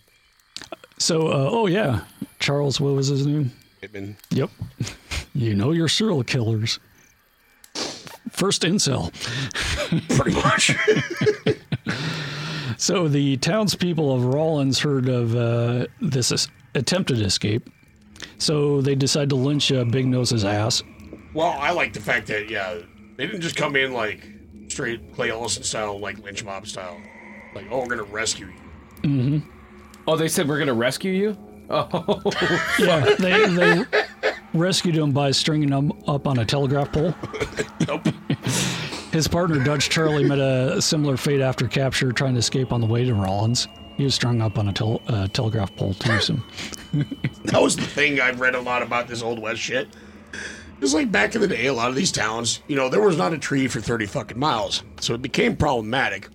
So, uh, oh yeah, Charles, what was his name? Pittman. Yep. You know your serial killers. First incel. Pretty much. so the townspeople of Rollins heard of uh, this es- attempted escape, so they decide to lynch uh, Big Nose's ass. Well, I like the fact that yeah, they didn't just come in like straight Clay Ellison style, like lynch mob style. Like, oh, we're gonna rescue you. Mm-hmm. Oh, they said we're going to rescue you. Oh, Yeah, they, they rescued him by stringing him up on a telegraph pole. His partner, Dutch Charlie, met a similar fate after capture, trying to escape on the way to Rollins. He was strung up on a tel- uh, telegraph pole too. So. That was the thing I've read a lot about this old west shit. It's like back in the day, a lot of these towns, you know, there was not a tree for thirty fucking miles, so it became problematic.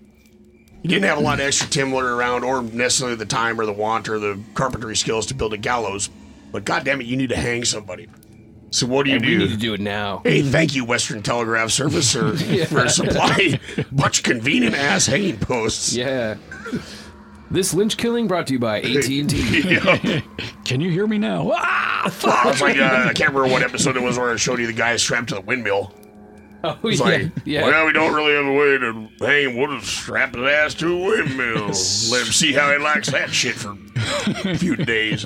You didn't have a lot of extra timber around, or necessarily the time, or the want, or the carpentry skills to build a gallows. But goddamn it, you need to hang somebody. So what do you and we do? need to do it now. Hey, thank you, Western Telegraph Service, or Yeah. for supplying much convenient ass hanging posts. Yeah. This lynch killing brought to you by AT&T. Yep. Can you hear me now? Ah, I fuck! was like, uh, I can't remember what episode it was where I showed you the guy strapped to the windmill. Oh, It's yeah, like, yeah. well, we don't really have a way to hang one and strap his ass to a windmill. Let him see how he likes that shit for a few days.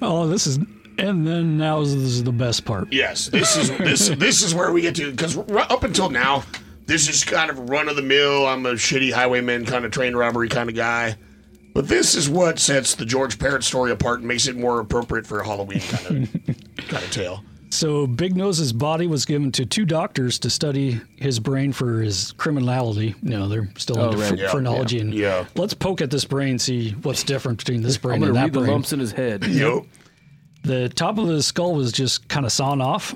Oh, this is. And then now is- this is the best part. Yes, this is this this is where we get to because up until now, this is kind of run of the mill. I'm a shitty highwayman kind of train robbery kind of guy, but this is what sets the George Parrot story apart and makes it more appropriate for a Halloween kind of kind of tale. So Big Nose's body was given to two doctors to study his brain for his criminality. No, they're still Oh, into right. ph- Yeah, phrenology yeah, and let's poke at this brain, see what's different between this I'm brain going and to that read the brain. lumps in his head. Yep. The top of his skull was just kind of sawn off,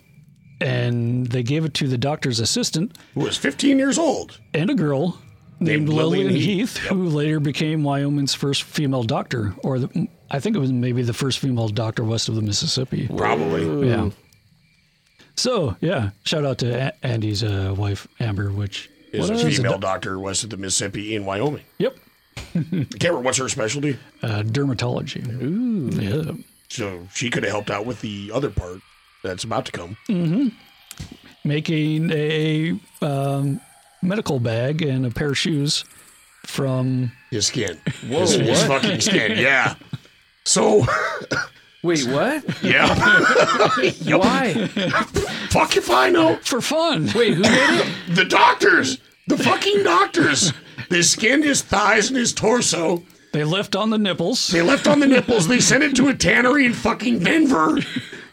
and they gave it to the doctor's assistant, who was 15 years old, and a girl named, Lillian, Heath, who later became Wyoming's first female doctor, or the, I think it was maybe the first female doctor west of the Mississippi. Probably. Yeah. So yeah, shout out to a- Andy's uh, wife Amber, which Is what a doc- female doctor west of the Mississippi in Wyoming. Yep. I can't remember what's her specialty. uh, dermatology. Ooh, yeah. So she could have helped out with the other part that's about to come. hmm Making a um, medical bag and a pair of shoes from his skin. Whoa, his, his what? fucking skin. Yeah. So Wait, what? Yeah. Yup. Why? Fuck if I know. For fun. Wait, who did it? the doctors. The fucking doctors. They skinned his thighs and his torso. They left on the nipples. They left on the nipples. They sent it to a tannery in fucking Denver.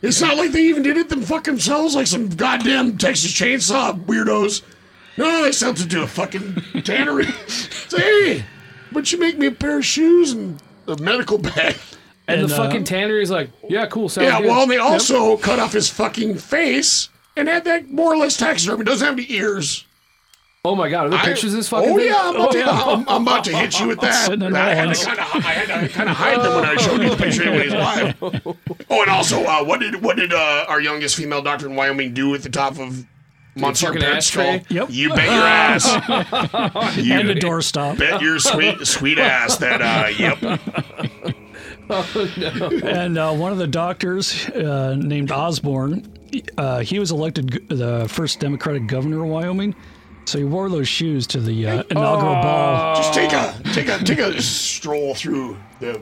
It's not like they even did it them fuck themselves like some goddamn Texas chainsaw weirdos. No, they sent it to a fucking tannery. Say, hey, but you make me a pair of shoes and a medical bag. And, the uh, fucking tannery is like, yeah, cool. Sounds uh, Yeah, good. well, and they Yep. also cut off his fucking face and had that more or less taxidermy. Doesn't have any ears. Oh my god, are there I- pictures of this fucking Oh thing? yeah, I'm about, Oh, to, yeah. I'm, I'm about to hit you with that. Sitting in I had Rollins. to kind of, I had to kind of hide them when I showed you the picture when he's alive. Oh, and also, uh, what did what did uh, our youngest female doctor in Wyoming do at the top of Monsieur fucking Parrot's skull? ashtray? Yep. You bet your ass. You and a doorstop. bet your sweet sweet ass that. Uh, yep. Oh, no. and uh, one of the doctors uh, named Osborne, uh, he was elected g- the first Democratic governor of Wyoming. So he wore those shoes to the uh, inaugural ball. Just take a Oh. take a take a stroll through the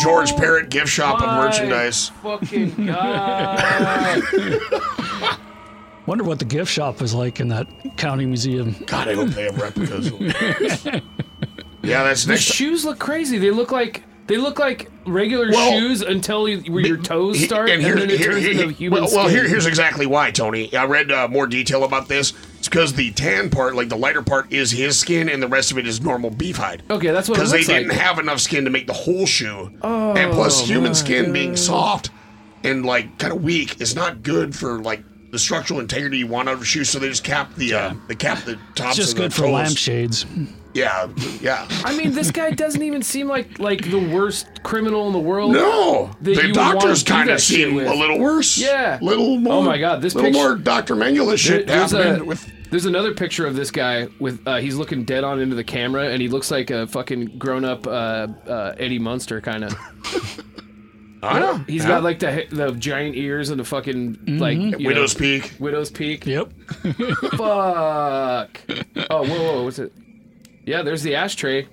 George Parrot gift shop of my merchandise. Fucking god. Wonder what the gift shop was like in that county museum. God, I hope they have replicas. yeah, that's the next. shoes look crazy. They look like they look like regular Well, shoes until you, where your toes He- start, and, here- then it here- turns here- into human well, well, skin. here, here's exactly why, Tony. I read uh, more detail about this. It's because the tan part, like the lighter part, is his skin, and the rest of it is normal beef hide. Okay, that's what it Because they looks like. Oh, didn't have enough skin to make the whole shoe. and plus, human skin being soft and like kind of weak is not good for like the structural integrity you want out of a shoe. So they just cap the uh, they cap the It's tops. just of the good for toes. lampshades. Yeah, yeah. I mean, this guy doesn't even seem like like the worst criminal in the world. No, that you the would doctors wanna do kind that of shit seem with. a little worse. Yeah. little more. Oh my god, this little picture- more Doctor Mengele shit There- there's, happening a- with there's another picture of this guy with uh, he's looking dead on into the camera, and he looks like a fucking grown up uh, uh, Eddie Munster kind of. Ah, He's yeah. Mm-hmm. got like the the giant ears and the fucking like you know, Widow's Peak. Widow's Peak. Yep. Fuck. Oh, whoa, whoa, what's it? Yeah, there's the ashtray.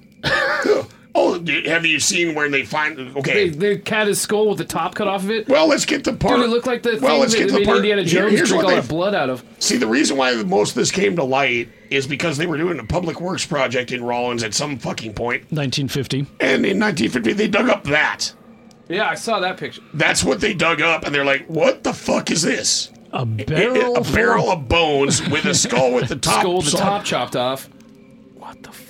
Oh, d- have you seen where they find? They, Okay, they cat his skull with the top cut off of it. well, let's get the part. Dude, it looked like the well, thing let's that get they to the made part. Indiana Here- Jones here's drink what all they- that blood out of. See, the reason why most of this came to light is because they were doing a public works project in Rollins at some fucking point, 1950. and in 1950 they dug up that. Yeah, I saw that picture. That's what they dug up, and they're like, "What the fuck is this?" A It- it- barrel. a barrel of bones with a skull with the top, skull with the sawn- top chopped off.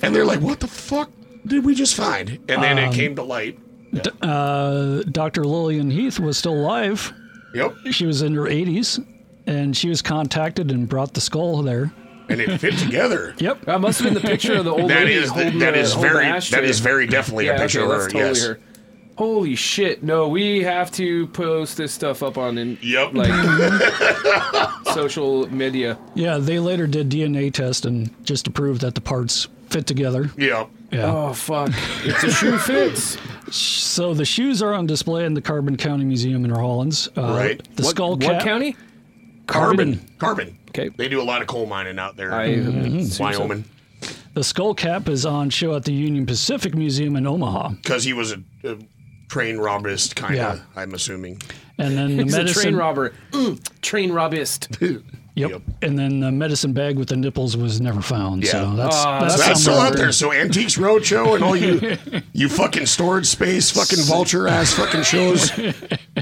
and they're like, "What the fuck did we just find?" And then Um, it came to light. D- uh, Dr. Lillian Heath was still alive. Yep. She was in her 80s, and she was contacted and brought the skull there. and it fit together. Yep. That must have been the picture of the old That lady is holding that the- is holding the very ashtray. that is very definitely Yeah, a picture okay, of her. that's totally yes. her. holy shit, no, we have to post this stuff up on in, yep. like social media. Yeah, they later did DNA testing just to prove that the parts fit together. Yeah. Yeah. Oh fuck, it's a shoe fits. So the shoes are on display in the Carbon County Museum in Rollins. Uh, The what, skull what cap. county? Carbon. Carbon. Okay. They do a lot of coal mining out there I- in Mhm. Wyoming The skull cap is on show at the Union Pacific Museum in Omaha. because he was a, a train robberist, kind of. Yeah. I'm assuming. And then the He's medicine a train robber. Mm, train robist. Yep. And then the medicine bag with the nipples was never found. So that's Ah, that's, so that's still somewhere. out there. So Antiques Roadshow and all you you fucking storage space, fucking vulture ass fucking shows.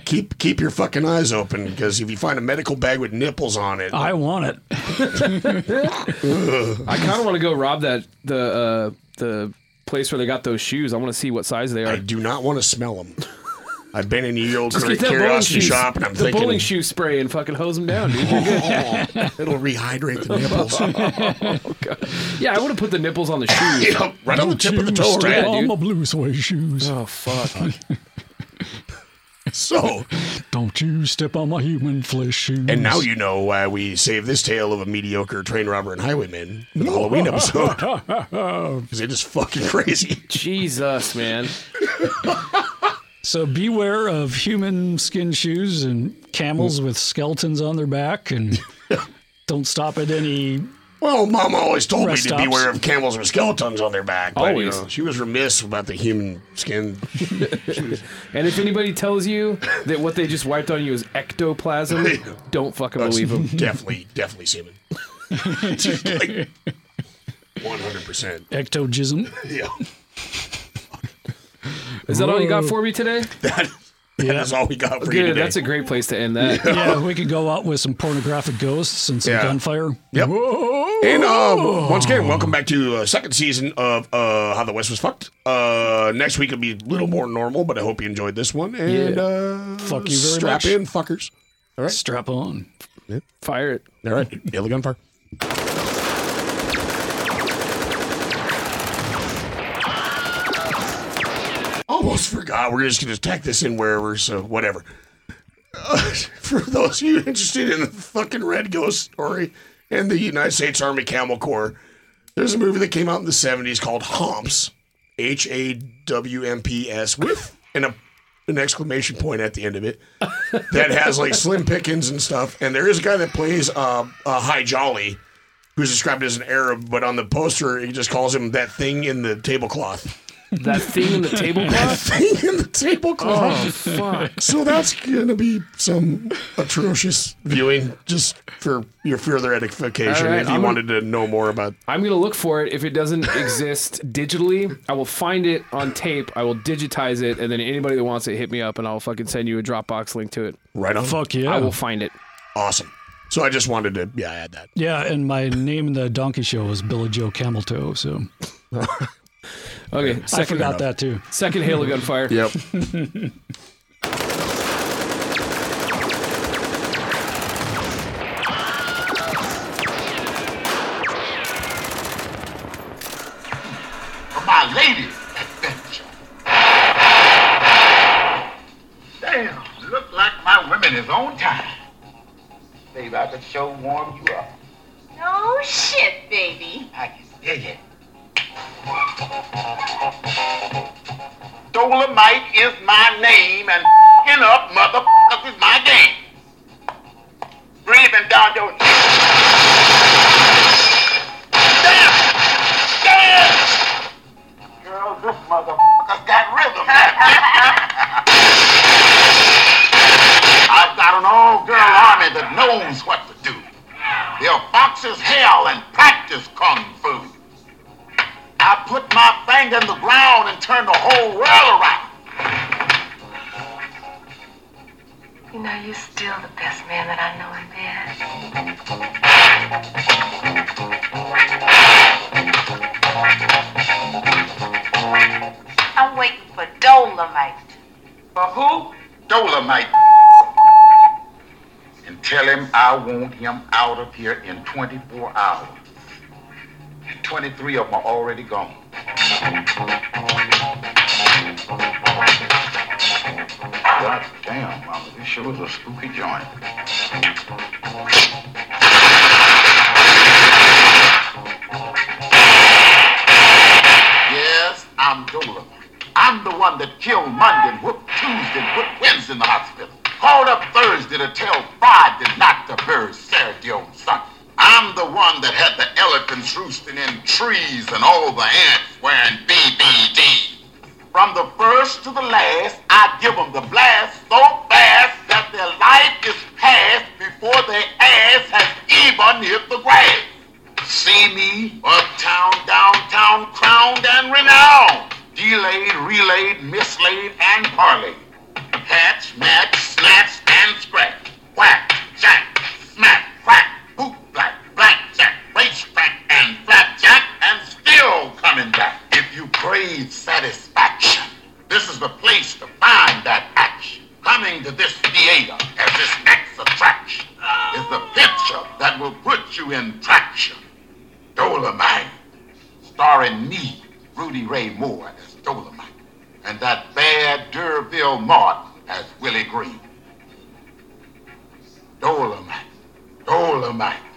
Keep keep your fucking eyes open because if you find a medical bag with nipples on it, I want it. I kind of want to go rob that the uh, the place where they got those shoes. I want to see what size they are. I do not want to smell them. I've been in the old Just get that bowling curiosity shoe, shop and I'm the thinking "Oh, bowling shoe spray and fucking hose them down, dude. You're good. Oh, it'll rehydrate the nipples. yeah, I would have put the nipples on the shoes. Yeah, right on the tip of the toe, Still right? on dude. my blue suede shoes. Oh fuck. So, Don't you step on my human flesh shoes. and now you know why we save this tale of a mediocre train robber and highwayman for the Halloween episode because it is fucking crazy. Jesus, man. So beware of human skin shoes and camels Hmm. with skeletons on their back, and don't stop at any. Well, Mama always told Rest me to stops. beware of camels with skeletons on their back. But, Always. You know, she was remiss about the human skin. And if anybody tells you that what they just wiped on you is ectoplasm, don't fucking That's believe them. definitely, definitely semen. like, 100%. Ectogism. Yeah. Is that all you got for me today? That, that is all we got for you Good. today. That's a great place to end that. Yeah, Uh, we could go out with some pornographic ghosts and some Yeah. gunfire. Yep. Whoa. And uh, once again, welcome back to uh, second season of uh, How the West Was Fucked. Uh, next week will be a little more normal, but I hope you enjoyed this one. And Yeah. uh, Fuck you very strap much. in, fuckers. All right, Strap on. Fire it. all right, yellow gunfire. Almost forgot. We're just gonna tack this in wherever, so whatever. Uh, for those of you interested in the fucking Red Ghost story and the United States Army Camel Corps, there's a movie that came out in the 70s called Homps, H A W M P S, with an, an exclamation point at the end of it that has like slim pickings and stuff. And there is a guy that plays uh, uh, High Jolly who's described as an Arab, but on the poster, he just calls him that thing in the tablecloth. That thing in the tablecloth? Thing in the tablecloth. Oh, fuck. So that's gonna be some atrocious viewing, just for your further edification. All right, if you I'm wanted to know more about, I'm gonna look for it. If it doesn't exist digitally, I will find it on tape. I will digitize it, and then anybody that wants it, hit me up, and I'll fucking send you a Dropbox link to it. right on, Fuck yeah. I will find it. awesome. So I just wanted to, yeah, add that. Yeah, and my name in the donkey show was Billy Joe Cameltoe, so Okay, I second, forgot that too. second hail of gunfire. Yep. For my lady. Damn, look like my women is on time. Babe, I could show warm you up. No shit, baby. I can dig it. Dolomite is my name, and f***ing up motherfuckers is my game. Breathing down your. Damn! Damn! Girl, this motherfucker's got rhythm. I've got an all-girl army that knows what to do. They'll box as hell and practice kung fu. I put my finger in the ground and turn the whole world around. You know, you're still the best man that I know in bed. I'm waiting for Dolomite. For who? Dolomite. And tell him I want him out of here in 24 hours. And 23 of them are already gone. was a spooky joint. Yes, I'm Dolan. I'm the one that killed Monday, and whooped Tuesday, and put Wednesday in the hospital. Hauled up Thursday to tell Friday not to bury Saturday on Sunday. I'm the one that had the elephants roosting in trees and all the ants wearing BBD. From the first to the last, I give 'em the blast so fast that their life is past before their ass has even hit the grass. See me uptown, downtown, crowned and renowned. Delayed, relayed, mislaid, and parlayed. Hatch, match, snatch, and scratch. Whack, jack, smack, crack, boot black, blackjack, racetrack, and flapjack, and still coming back. If you crave satisfaction, this is the place to find that action. Coming to this theater as this next attraction is the picture that will put you in traction. Dolomite, starring me, Rudy Ray Moore as Dolomite, and that bad Durville Martin as Willie Green. Dolomite, Dolomite,